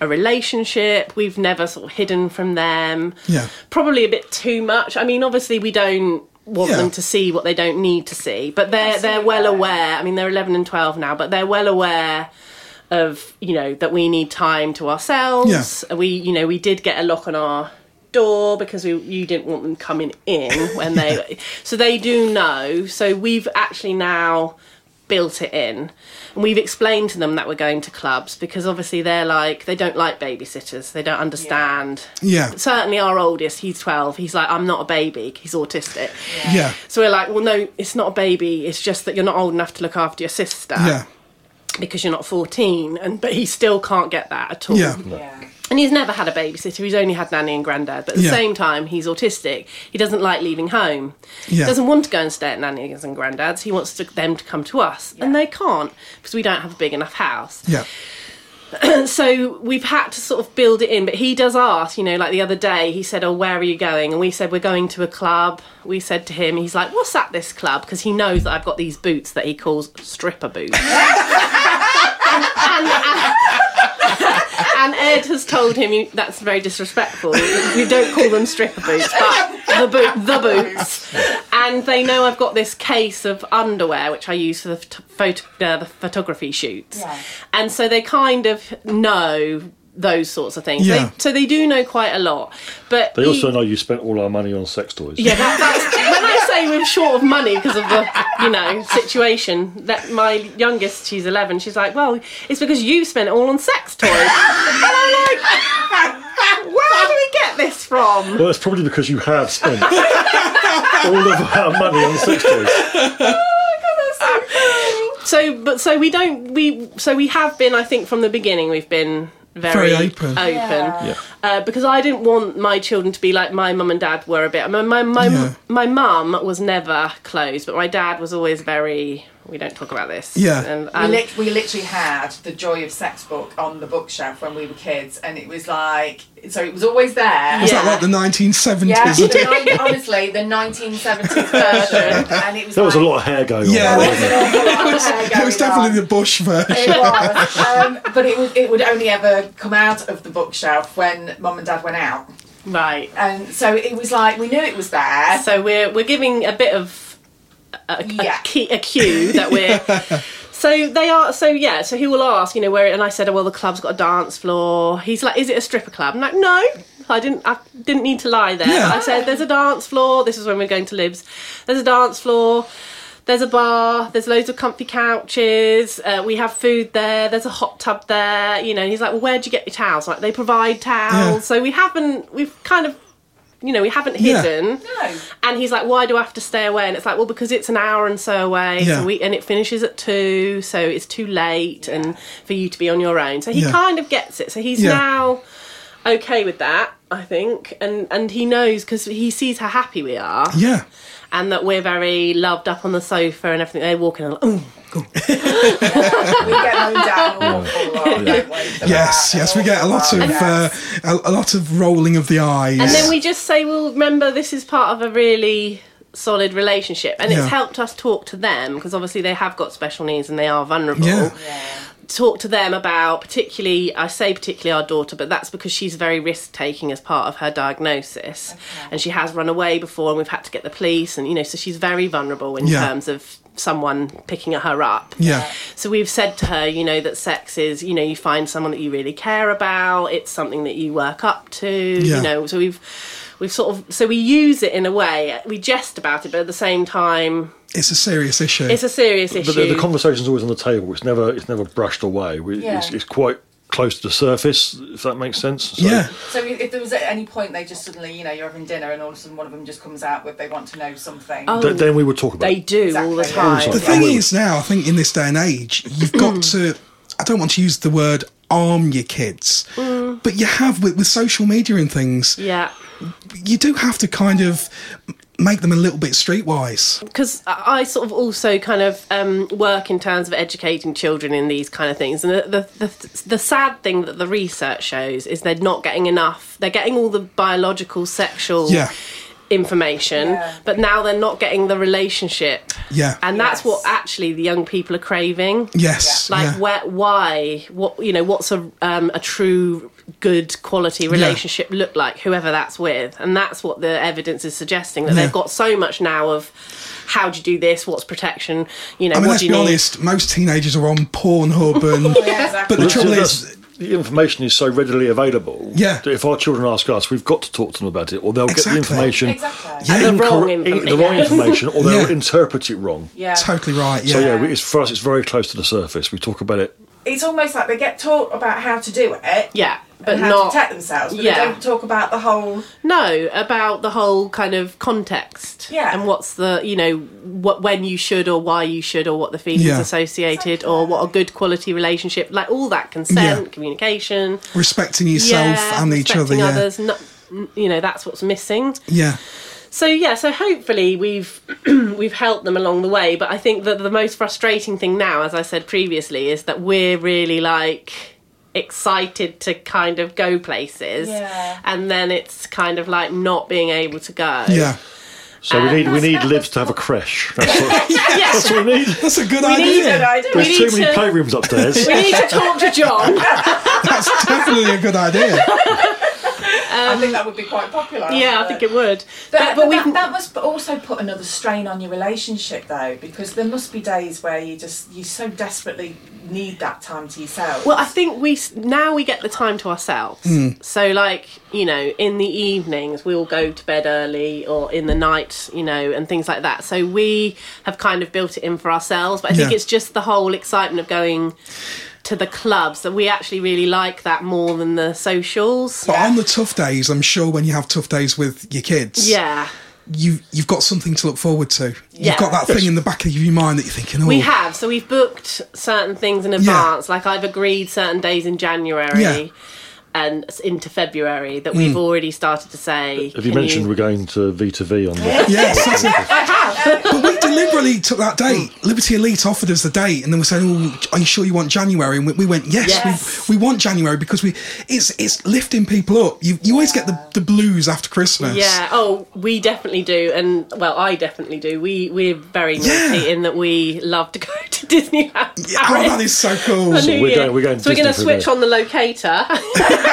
Speaker 5: a relationship. We've never sort of hidden from them.
Speaker 1: Yeah.
Speaker 5: Probably a bit too much. I mean, obviously we don't want
Speaker 1: Yeah.
Speaker 5: them to see what they don't need to see, but they're they're well aware. I mean, they're 11 and 12 now, but they're well aware of you know that we need time to ourselves. We you know we did get a lock on our door because we you didn't want them coming in when they so they do know. So we've actually now built it in. And we've explained to them that we're going to clubs because obviously they're like they don't like babysitters. They don't understand.
Speaker 1: yeah,
Speaker 5: Certainly our oldest, he's 12. He's like I'm not a baby. He's autistic.
Speaker 1: yeah,
Speaker 5: So we're like, well no, it's not a baby. It's just that you're not old enough to look after your sister
Speaker 1: yeah,
Speaker 5: because you're not 14 and but he still can't get that at all
Speaker 1: yeah,
Speaker 7: Yeah.
Speaker 5: and he's never had a babysitter he's only had nanny and granddad but at the
Speaker 1: Yeah.
Speaker 5: same time he's autistic he doesn't like leaving home
Speaker 1: Yeah.
Speaker 5: he doesn't want to go and stay at nannies and granddads he wants to, them to come to us and they can't because we don't have a big enough house
Speaker 1: yeah.
Speaker 5: so we've had to sort of build it in but he does ask you know like the other day he said oh where are you going and we said we're going to a club we said to him he's like what's at this club because he knows that i've got these boots that he calls stripper boots and, and- and Ed has told him you, that's very disrespectful. You don't call them stripper boots, but the, boot, the boots. And they know I've got this case of underwear which I use for the, phot- photo, uh, the photography shoots.
Speaker 7: Yeah.
Speaker 5: And so they kind of know those sorts of things.
Speaker 1: Yeah.
Speaker 5: They, so they do know quite a lot. But
Speaker 4: They
Speaker 5: he-
Speaker 4: also know you spent all our money on sex toys.
Speaker 5: yeah, that, that's when I say we're short of money because of the you know situation. That my youngest, she's eleven. She's like, well, it's because you spent it all on sex toys. and I'm like, where do we get this from?
Speaker 4: Well, it's probably because you have spent all of our money on sex toys.
Speaker 5: So, but so we don't we so we have been. I think from the beginning we've been very,
Speaker 1: Very open.
Speaker 5: open. Uh, because I didn't want my children to be like my mum and dad were a bit. My my my,
Speaker 1: Yeah.
Speaker 5: my mum was never closed, but my dad was always very. We don't talk about this.
Speaker 1: Yeah.
Speaker 5: and,
Speaker 7: We,
Speaker 5: and
Speaker 7: lit- we literally had the Joy of Sex book on the bookshelf when we were kids, and it was like, so it was always there.
Speaker 1: Is
Speaker 5: Yeah. Oh
Speaker 1: that like the 1970s?
Speaker 7: Yeah, the nine- honestly, the 1970s version, and it was.
Speaker 4: There was a
Speaker 7: like-
Speaker 4: lot of hair going
Speaker 1: Yeah.
Speaker 4: on. wasn't there?
Speaker 1: It was definitely the Bush version.
Speaker 7: It was, um, but it would it would only ever come out of the bookshelf when mum and dad went out,
Speaker 5: right.
Speaker 7: and so it was like we knew it was there.
Speaker 5: So we're we're giving a bit of a, a,
Speaker 7: Yeah.
Speaker 5: a, key, a cue that we're. So they are. So yeah. So he will ask, you know, where? And I said, oh well, the club's got a dance floor. He's like, is it a stripper club? I'm like, no. I didn't. I didn't need to lie there.
Speaker 1: Yeah.
Speaker 5: I said, there's a dance floor. This is when we're going to Libs. There's a dance floor. There's a bar. There's loads of comfy couches. Uh, we have food there. There's a hot tub there. You know. And he's like, well, where'd you get your towels? Like they provide towels.
Speaker 1: Yeah.
Speaker 5: So we haven't. We've kind of you know, we haven't
Speaker 1: Yeah.
Speaker 5: hidden.
Speaker 7: No.
Speaker 5: And he's like, why do I have to stay away? And it's like, well, because it's an hour and so away,
Speaker 1: Yeah.
Speaker 5: so we, and it finishes at two, so it's too late, and for you to be on your own. So he
Speaker 1: Yeah.
Speaker 5: kind of gets it. So he's
Speaker 1: Yeah.
Speaker 5: now okay with that, I think, and and he knows because he sees how happy we are,
Speaker 1: Yeah.
Speaker 5: and that we're very loved up on the sofa and everything. They walk in and like, oh,
Speaker 7: We get them down an awful lot, don't we?
Speaker 1: Yes, yes, we get a lot of uh, a, a lot of rolling of the eyes.
Speaker 5: And then we just say, well, remember, this is part of a really solid relationship. And
Speaker 1: Yeah.
Speaker 5: it's helped us talk to them because obviously they have got special needs and they are vulnerable.
Speaker 1: Yeah.
Speaker 5: Talk to them about, particularly, I say particularly our daughter, but that's because she's very risk taking as part of her diagnosis. And she has run away before and we've had to get the police. And, you know, so she's very vulnerable in
Speaker 1: Yeah.
Speaker 5: terms of someone picking her up.
Speaker 1: yeah,
Speaker 5: So we've said to her, you know, that sex is, you know, you find someone that you really care about. It's something that you work up to.
Speaker 1: Yeah.
Speaker 5: You know, so we've we've sort of so we use it in a way. We jest about it, but at the same time,
Speaker 1: it's a serious issue.
Speaker 5: it's a serious issue.
Speaker 4: But the, the conversation's always on the table. It's never it's never brushed away. We, it's,
Speaker 7: Yeah.
Speaker 4: it's quite close to the surface, if that makes sense. So-
Speaker 1: yeah,
Speaker 7: So if if there was at any point they just suddenly, you know, you're having dinner and all of a sudden one of them just comes out with they want to know something.
Speaker 5: Oh,
Speaker 4: Th- then we would talk about
Speaker 5: they
Speaker 4: it.
Speaker 5: do all the
Speaker 7: Exactly.
Speaker 5: time.
Speaker 1: The thing is now, I think in this day and age, you've got to. I don't want to use the word arm your kids,
Speaker 5: Mm.
Speaker 1: but you have with, with social media and things.
Speaker 5: yeah.
Speaker 1: You do have to kind of make them a little bit streetwise.
Speaker 5: because I I sort of also kind of um, work in terms of educating children in these kind of things, and the, the the the sad thing that the research shows is they're not getting enough. They're getting all the biological, sexual
Speaker 1: Yeah.
Speaker 5: information,
Speaker 7: Yeah.
Speaker 5: but now they're not getting the relationship,
Speaker 1: Yeah.
Speaker 5: and that's
Speaker 7: Yes.
Speaker 5: what actually the young people are craving.
Speaker 1: yes.
Speaker 5: Like
Speaker 1: yeah.
Speaker 5: where, why, what you know, what's a um, a true good quality relationship look like, whoever that's with, and that's what the evidence is suggesting that
Speaker 1: Yeah.
Speaker 5: they've got so much now of how do you do this, what's protection, you know,
Speaker 1: I mean,
Speaker 5: what
Speaker 1: let's
Speaker 5: do
Speaker 1: be
Speaker 5: you need.
Speaker 1: honest. Most teenagers are on Pornhub, and
Speaker 7: Yeah, exactly.
Speaker 1: but the trouble
Speaker 4: That's-
Speaker 1: is,
Speaker 4: the information is so readily available.
Speaker 1: Yeah.
Speaker 4: That if our children ask us, we've got to talk to them about it, or they'll
Speaker 1: Exactly.
Speaker 4: get the information.
Speaker 7: Exactly.
Speaker 5: And the
Speaker 4: incorrect-
Speaker 5: wrong information.
Speaker 4: the wrong information, or they'll
Speaker 1: Yeah.
Speaker 4: interpret it wrong.
Speaker 7: Yeah.
Speaker 1: totally right. Yeah.
Speaker 4: So yeah, we, it's, for us, it's very close to the surface. We talk about it.
Speaker 7: It's almost like they get taught about how to do it.
Speaker 5: Yeah, but
Speaker 7: and how
Speaker 5: not
Speaker 7: to protect themselves, but
Speaker 5: Yeah.
Speaker 7: they don't talk about the whole
Speaker 5: no about the whole kind of context.
Speaker 7: Yeah.
Speaker 5: and what's the you know what when you should or why you should or what the feelings
Speaker 1: Yeah.
Speaker 5: associated or what a good quality relationship like all that consent,
Speaker 1: Yeah.
Speaker 5: communication,
Speaker 1: Respecting yourself
Speaker 5: yeah,
Speaker 1: and each other.
Speaker 5: respecting
Speaker 1: Yeah.
Speaker 5: others, no- you know that's what's missing.
Speaker 1: Yeah.
Speaker 5: So yeah, so hopefully we've we've helped them along the way. But I think that the most frustrating thing now, as I said previously, is that we're really like excited to kind of go places,
Speaker 7: Yeah.
Speaker 5: and then it's kind of like not being able to go.
Speaker 1: Yeah.
Speaker 4: So we need we need Livs to have a crash. That's what, that's what we need.
Speaker 1: That's a good
Speaker 5: need
Speaker 1: idea.
Speaker 7: good idea.
Speaker 5: We
Speaker 4: There's
Speaker 5: need
Speaker 4: too many
Speaker 5: to-
Speaker 4: playrooms upstairs.
Speaker 5: We need to talk to John.
Speaker 1: That's definitely a good idea.
Speaker 7: I think that would be quite popular.
Speaker 5: Um, yeah, I
Speaker 7: but-
Speaker 5: think it would.
Speaker 7: But,
Speaker 5: But,
Speaker 7: but
Speaker 5: we
Speaker 7: that,
Speaker 5: can.
Speaker 7: that must also put another strain on your relationship, though, because there must be days where you just you so desperately need that time to yourself.
Speaker 5: Well, I think we s- now we get the time to ourselves.
Speaker 1: Hmm.
Speaker 5: So, like you know, in the evenings we'll go to bed early, or in the night, you know, and things like that. So we have kind of built it in for ourselves. But I think
Speaker 1: Yeah.
Speaker 5: it's just the whole excitement of going to the clubs that we actually really like that more than the socials.
Speaker 1: But on the tough days, I'm sure when you have tough days with your kids,
Speaker 5: Yeah.
Speaker 1: Oh. you you've got something to look forward to.
Speaker 5: Yeah.
Speaker 1: You've got that thing in the back of your mind that you're thinking, oh,
Speaker 5: We have. So we've booked certain things in advance. Like I've agreed certain days in January
Speaker 1: Yeah. Hmm.
Speaker 5: and s- into February that we've already started to say.
Speaker 4: Have you
Speaker 5: "Can
Speaker 4: mentioned we're going to V to V on the?
Speaker 1: Yes, that's it. but we deliberately took that date. Liberty Elite offered us the date, and then we said, "Oh, are you sure you want January?" And we, we went, "Yes,
Speaker 5: Yes.
Speaker 1: We, we want January because we it's it's lifting people up. You you always get the, the blues after Christmas.
Speaker 5: Yeah. Oh, we definitely do, and well, I definitely do. We we're very naughty
Speaker 1: Yeah.
Speaker 5: in that we love to go to Disneyland.
Speaker 1: Yeah, Oh, that is so cool.
Speaker 5: Paris for New
Speaker 4: We're
Speaker 5: Year.
Speaker 4: going- we're going
Speaker 5: so we're going to
Speaker 4: Disney for a
Speaker 5: switch on the locator.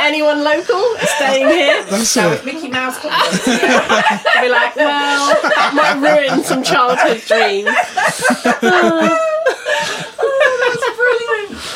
Speaker 5: Anyone local staying here?
Speaker 1: That's
Speaker 7: Now
Speaker 1: it.
Speaker 7: with Mickey Mouse clubs,
Speaker 5: I'll be like, well, that might ruin some childhood dreams.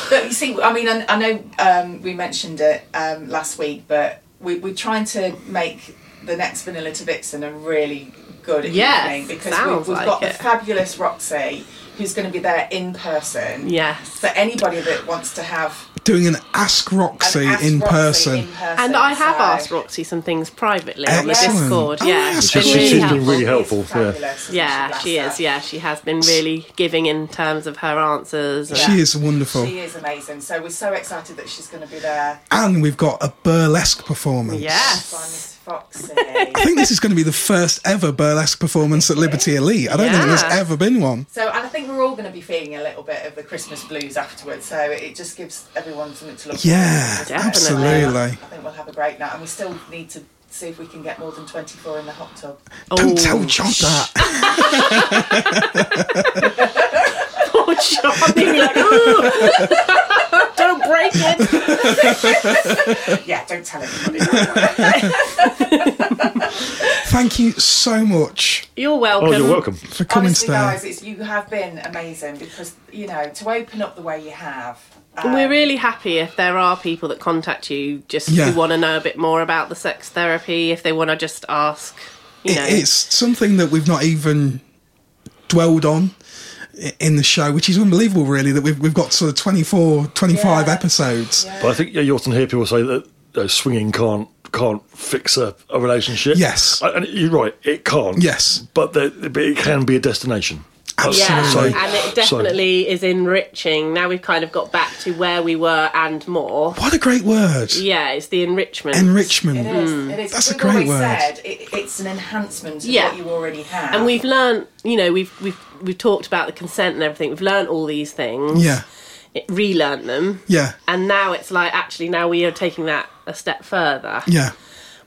Speaker 7: but you see, I mean, I, I know um, we mentioned it um, last week, but we, we're trying to make the next Vanilla to Vixen a really good
Speaker 5: Yes,
Speaker 7: evening because
Speaker 5: sounds
Speaker 7: we've,
Speaker 5: like
Speaker 7: we've got
Speaker 5: it.
Speaker 7: the fabulous Roxy. who's going to be there in person.
Speaker 5: Yes.
Speaker 7: For anybody that wants to have
Speaker 1: Doing an Ask Roxy
Speaker 7: an Ask
Speaker 1: in
Speaker 7: Roxy
Speaker 1: person.
Speaker 7: in person,
Speaker 5: And I have
Speaker 7: so-
Speaker 5: asked Roxy some things privately on the
Speaker 1: Excellent.
Speaker 5: Discord.
Speaker 1: Oh,
Speaker 5: yeah,
Speaker 1: yes,
Speaker 5: she's
Speaker 4: She,
Speaker 5: been
Speaker 1: She's
Speaker 4: has
Speaker 5: really
Speaker 4: been
Speaker 5: helpful.
Speaker 4: really helpful. Yeah.
Speaker 7: Fabulous, isn't
Speaker 5: Yeah,
Speaker 7: bless
Speaker 5: she
Speaker 7: her?
Speaker 5: is. Yeah, she has been really giving in terms of her answers. and-
Speaker 1: She is wonderful.
Speaker 7: She is amazing. So we're so excited that she's going to be there.
Speaker 1: and we've got a burlesque performance.
Speaker 5: Yes.
Speaker 7: by Miss Foxy.
Speaker 1: I think this is going to be the first ever burlesque performance at Liberty Elite. I don't think
Speaker 5: Yeah.
Speaker 1: there's ever been one.
Speaker 7: So, and I think we're all going to be feeling a little bit of the Christmas blues afterwards. So it just gives everyone something to look. forward
Speaker 1: Yeah,
Speaker 7: to, doesn't it?
Speaker 5: Definitely.
Speaker 1: absolutely.
Speaker 7: I think we'll have a great night, and we still need to see if we can get more than twenty-four in the hot tub.
Speaker 1: Don't
Speaker 5: Oh,
Speaker 1: tell John that.
Speaker 5: poor John. He'd be
Speaker 1: Oh,
Speaker 5: like, "Ooh." Don't break it.
Speaker 7: Yeah, don't tell anybody.
Speaker 1: Thank you so much
Speaker 5: You're welcome.
Speaker 4: Oh, you're welcome.
Speaker 1: for coming
Speaker 7: Honestly,
Speaker 1: today.
Speaker 7: guys, it's, you have been amazing because you know to open up the way you have. um,
Speaker 5: We're really happy if there are people that contact you just
Speaker 1: Yeah.
Speaker 5: who want to know a bit more about the sex therapy, if they want to just ask, you
Speaker 1: It-
Speaker 5: know.
Speaker 1: it's something that we've not even dwelled on i- in the show, which is unbelievable, really, that we've, we've got sort of 24, 25
Speaker 7: Yeah.
Speaker 1: episodes.
Speaker 4: But I think yeah, you often hear people say that uh, swinging can't can't fix a, a relationship.
Speaker 1: Yes.
Speaker 4: I- and you're right. It can't.
Speaker 1: Yes.
Speaker 4: but, there, but it can be a destination.
Speaker 5: yeah,
Speaker 1: Absolutely.
Speaker 5: and it
Speaker 4: So-
Speaker 5: definitely is enriching. Now we've kind of got back to where we were and more.
Speaker 1: What a great word.
Speaker 5: Yeah, it's the enrichment.
Speaker 1: Enrichment.
Speaker 7: It is.
Speaker 5: Mm.
Speaker 7: It is.
Speaker 1: That's a
Speaker 7: We've
Speaker 1: great
Speaker 7: always
Speaker 1: word.
Speaker 7: Said, it, it's an enhancement to
Speaker 5: Yeah.
Speaker 7: what you already have.
Speaker 5: and we've learned, you know, we've we've we've talked about the consent and everything. We've learned all these things.
Speaker 1: Yeah.
Speaker 5: It relearned them.
Speaker 1: Yeah.
Speaker 5: And now it's like actually now we are taking that a step further.
Speaker 1: Yeah.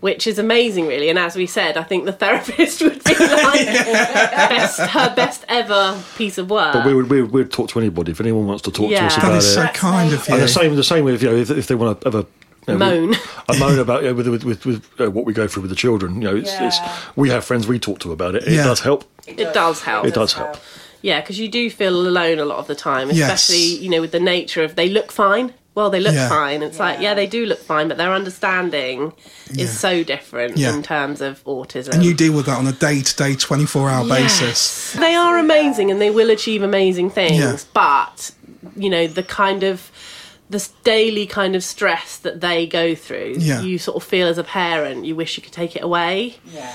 Speaker 5: which is amazing, really. And as we said, I think the therapist would be like best, her best ever piece of work.
Speaker 4: But we would we, would- we'd talk to anybody if anyone wants to talk to us
Speaker 5: Ah. Yeah.
Speaker 4: about
Speaker 1: That
Speaker 4: it.
Speaker 1: is so
Speaker 7: That's
Speaker 1: kind
Speaker 7: nice.
Speaker 1: of
Speaker 4: And
Speaker 1: you.
Speaker 4: the same, the same with you know, if, if they want to ever you know,
Speaker 5: Moan.
Speaker 4: we- a moan about you know, with with, with, with uh, what we go through with the children. You know, it's,
Speaker 7: Yeah.
Speaker 4: it's we have friends we talk to about it. It
Speaker 1: Yeah.
Speaker 4: does help.
Speaker 5: it does help.
Speaker 4: It does help.
Speaker 5: Yeah, because you do feel alone a lot of the time,
Speaker 1: Yes.
Speaker 5: especially you know with the nature of they look fine. Well, they look
Speaker 1: Yeah.
Speaker 5: fine. It's like yeah, they do look fine, but their understanding
Speaker 1: Yeah.
Speaker 5: is so different
Speaker 1: Yeah.
Speaker 5: in terms of autism.
Speaker 1: And you deal with that on a day to day, 24 hour basis.
Speaker 5: Yes. They are amazing and they will achieve amazing things,
Speaker 1: Yeah.
Speaker 5: but you know the kind of this daily kind of stress that they go through,
Speaker 1: Yeah.
Speaker 5: you sort of feel as a parent, you wish you could take it away.
Speaker 7: Yeah.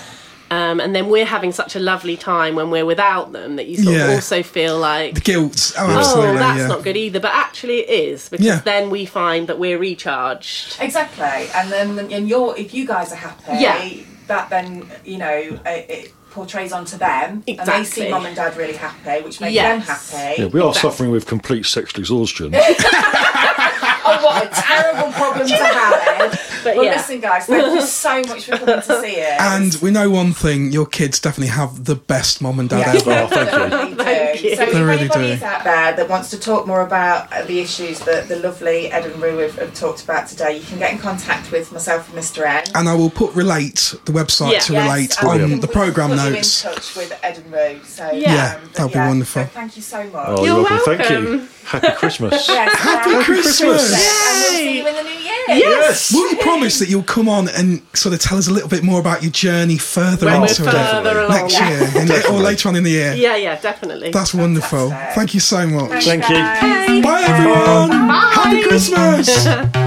Speaker 5: Um, and then we're having such a lovely time when we're without them that you sort
Speaker 1: Yeah.
Speaker 5: of also feel like.
Speaker 1: The guilt. Oh,
Speaker 5: Oh,
Speaker 1: absolutely.
Speaker 5: that's
Speaker 1: yeah.
Speaker 5: not good either, but actually it is because
Speaker 1: Yeah.
Speaker 5: then we find that we're recharged.
Speaker 7: Exactly. And then and you're if you guys are happy,
Speaker 5: Yeah.
Speaker 7: that then you know it, it portrays onto them, and they
Speaker 5: Exactly.
Speaker 7: see mum and dad really happy, which makes
Speaker 5: Yes.
Speaker 7: them happy.
Speaker 4: Yeah, we are
Speaker 5: Exactly.
Speaker 4: suffering with complete sexual exhaustion.
Speaker 7: Oh, what a terrible problem to have!
Speaker 5: But
Speaker 7: Well,
Speaker 5: yeah.
Speaker 7: listen, guys, thank you so much for coming to see us.
Speaker 1: And we know one thing your kids definitely have the best mom and dad
Speaker 7: Yeah.
Speaker 1: ever.
Speaker 4: oh, thank you.
Speaker 7: Thank
Speaker 5: you.
Speaker 7: So if
Speaker 1: They really
Speaker 7: anybody
Speaker 1: do.
Speaker 7: is out there that wants to talk more about uh, the issues that the lovely Ed and Rue have, have talked about today, you can get in contact with myself and Mr. N.
Speaker 1: And I will put Relate, the website
Speaker 5: Yeah.
Speaker 1: to
Speaker 5: Yes,
Speaker 1: Relate,
Speaker 7: and we
Speaker 1: on
Speaker 7: can
Speaker 1: the
Speaker 7: put-
Speaker 1: programme
Speaker 7: put you
Speaker 1: notes.
Speaker 7: in touch with Ed and Rue. So, um,
Speaker 5: Yeah,
Speaker 7: but
Speaker 1: that'd be wonderful.
Speaker 7: so thank you so much.
Speaker 4: Oh,
Speaker 5: You're
Speaker 4: Thank you.
Speaker 5: welcome.
Speaker 4: Happy Christmas.
Speaker 7: Yes,
Speaker 1: Happy
Speaker 7: um,
Speaker 1: Christmas!
Speaker 7: And we'll see you in the new year.
Speaker 5: Yes.
Speaker 1: Will you promise that you'll come on and sort of tell us a little bit more about your journey further
Speaker 5: When we're
Speaker 1: into it
Speaker 5: further along.
Speaker 1: next year in- or later on in the year?
Speaker 5: Yeah, yeah, definitely.
Speaker 1: That's wonderful.
Speaker 7: Fantastic.
Speaker 1: Thank you so much.
Speaker 4: Thank you.
Speaker 1: Bye, everyone. Happy Christmas.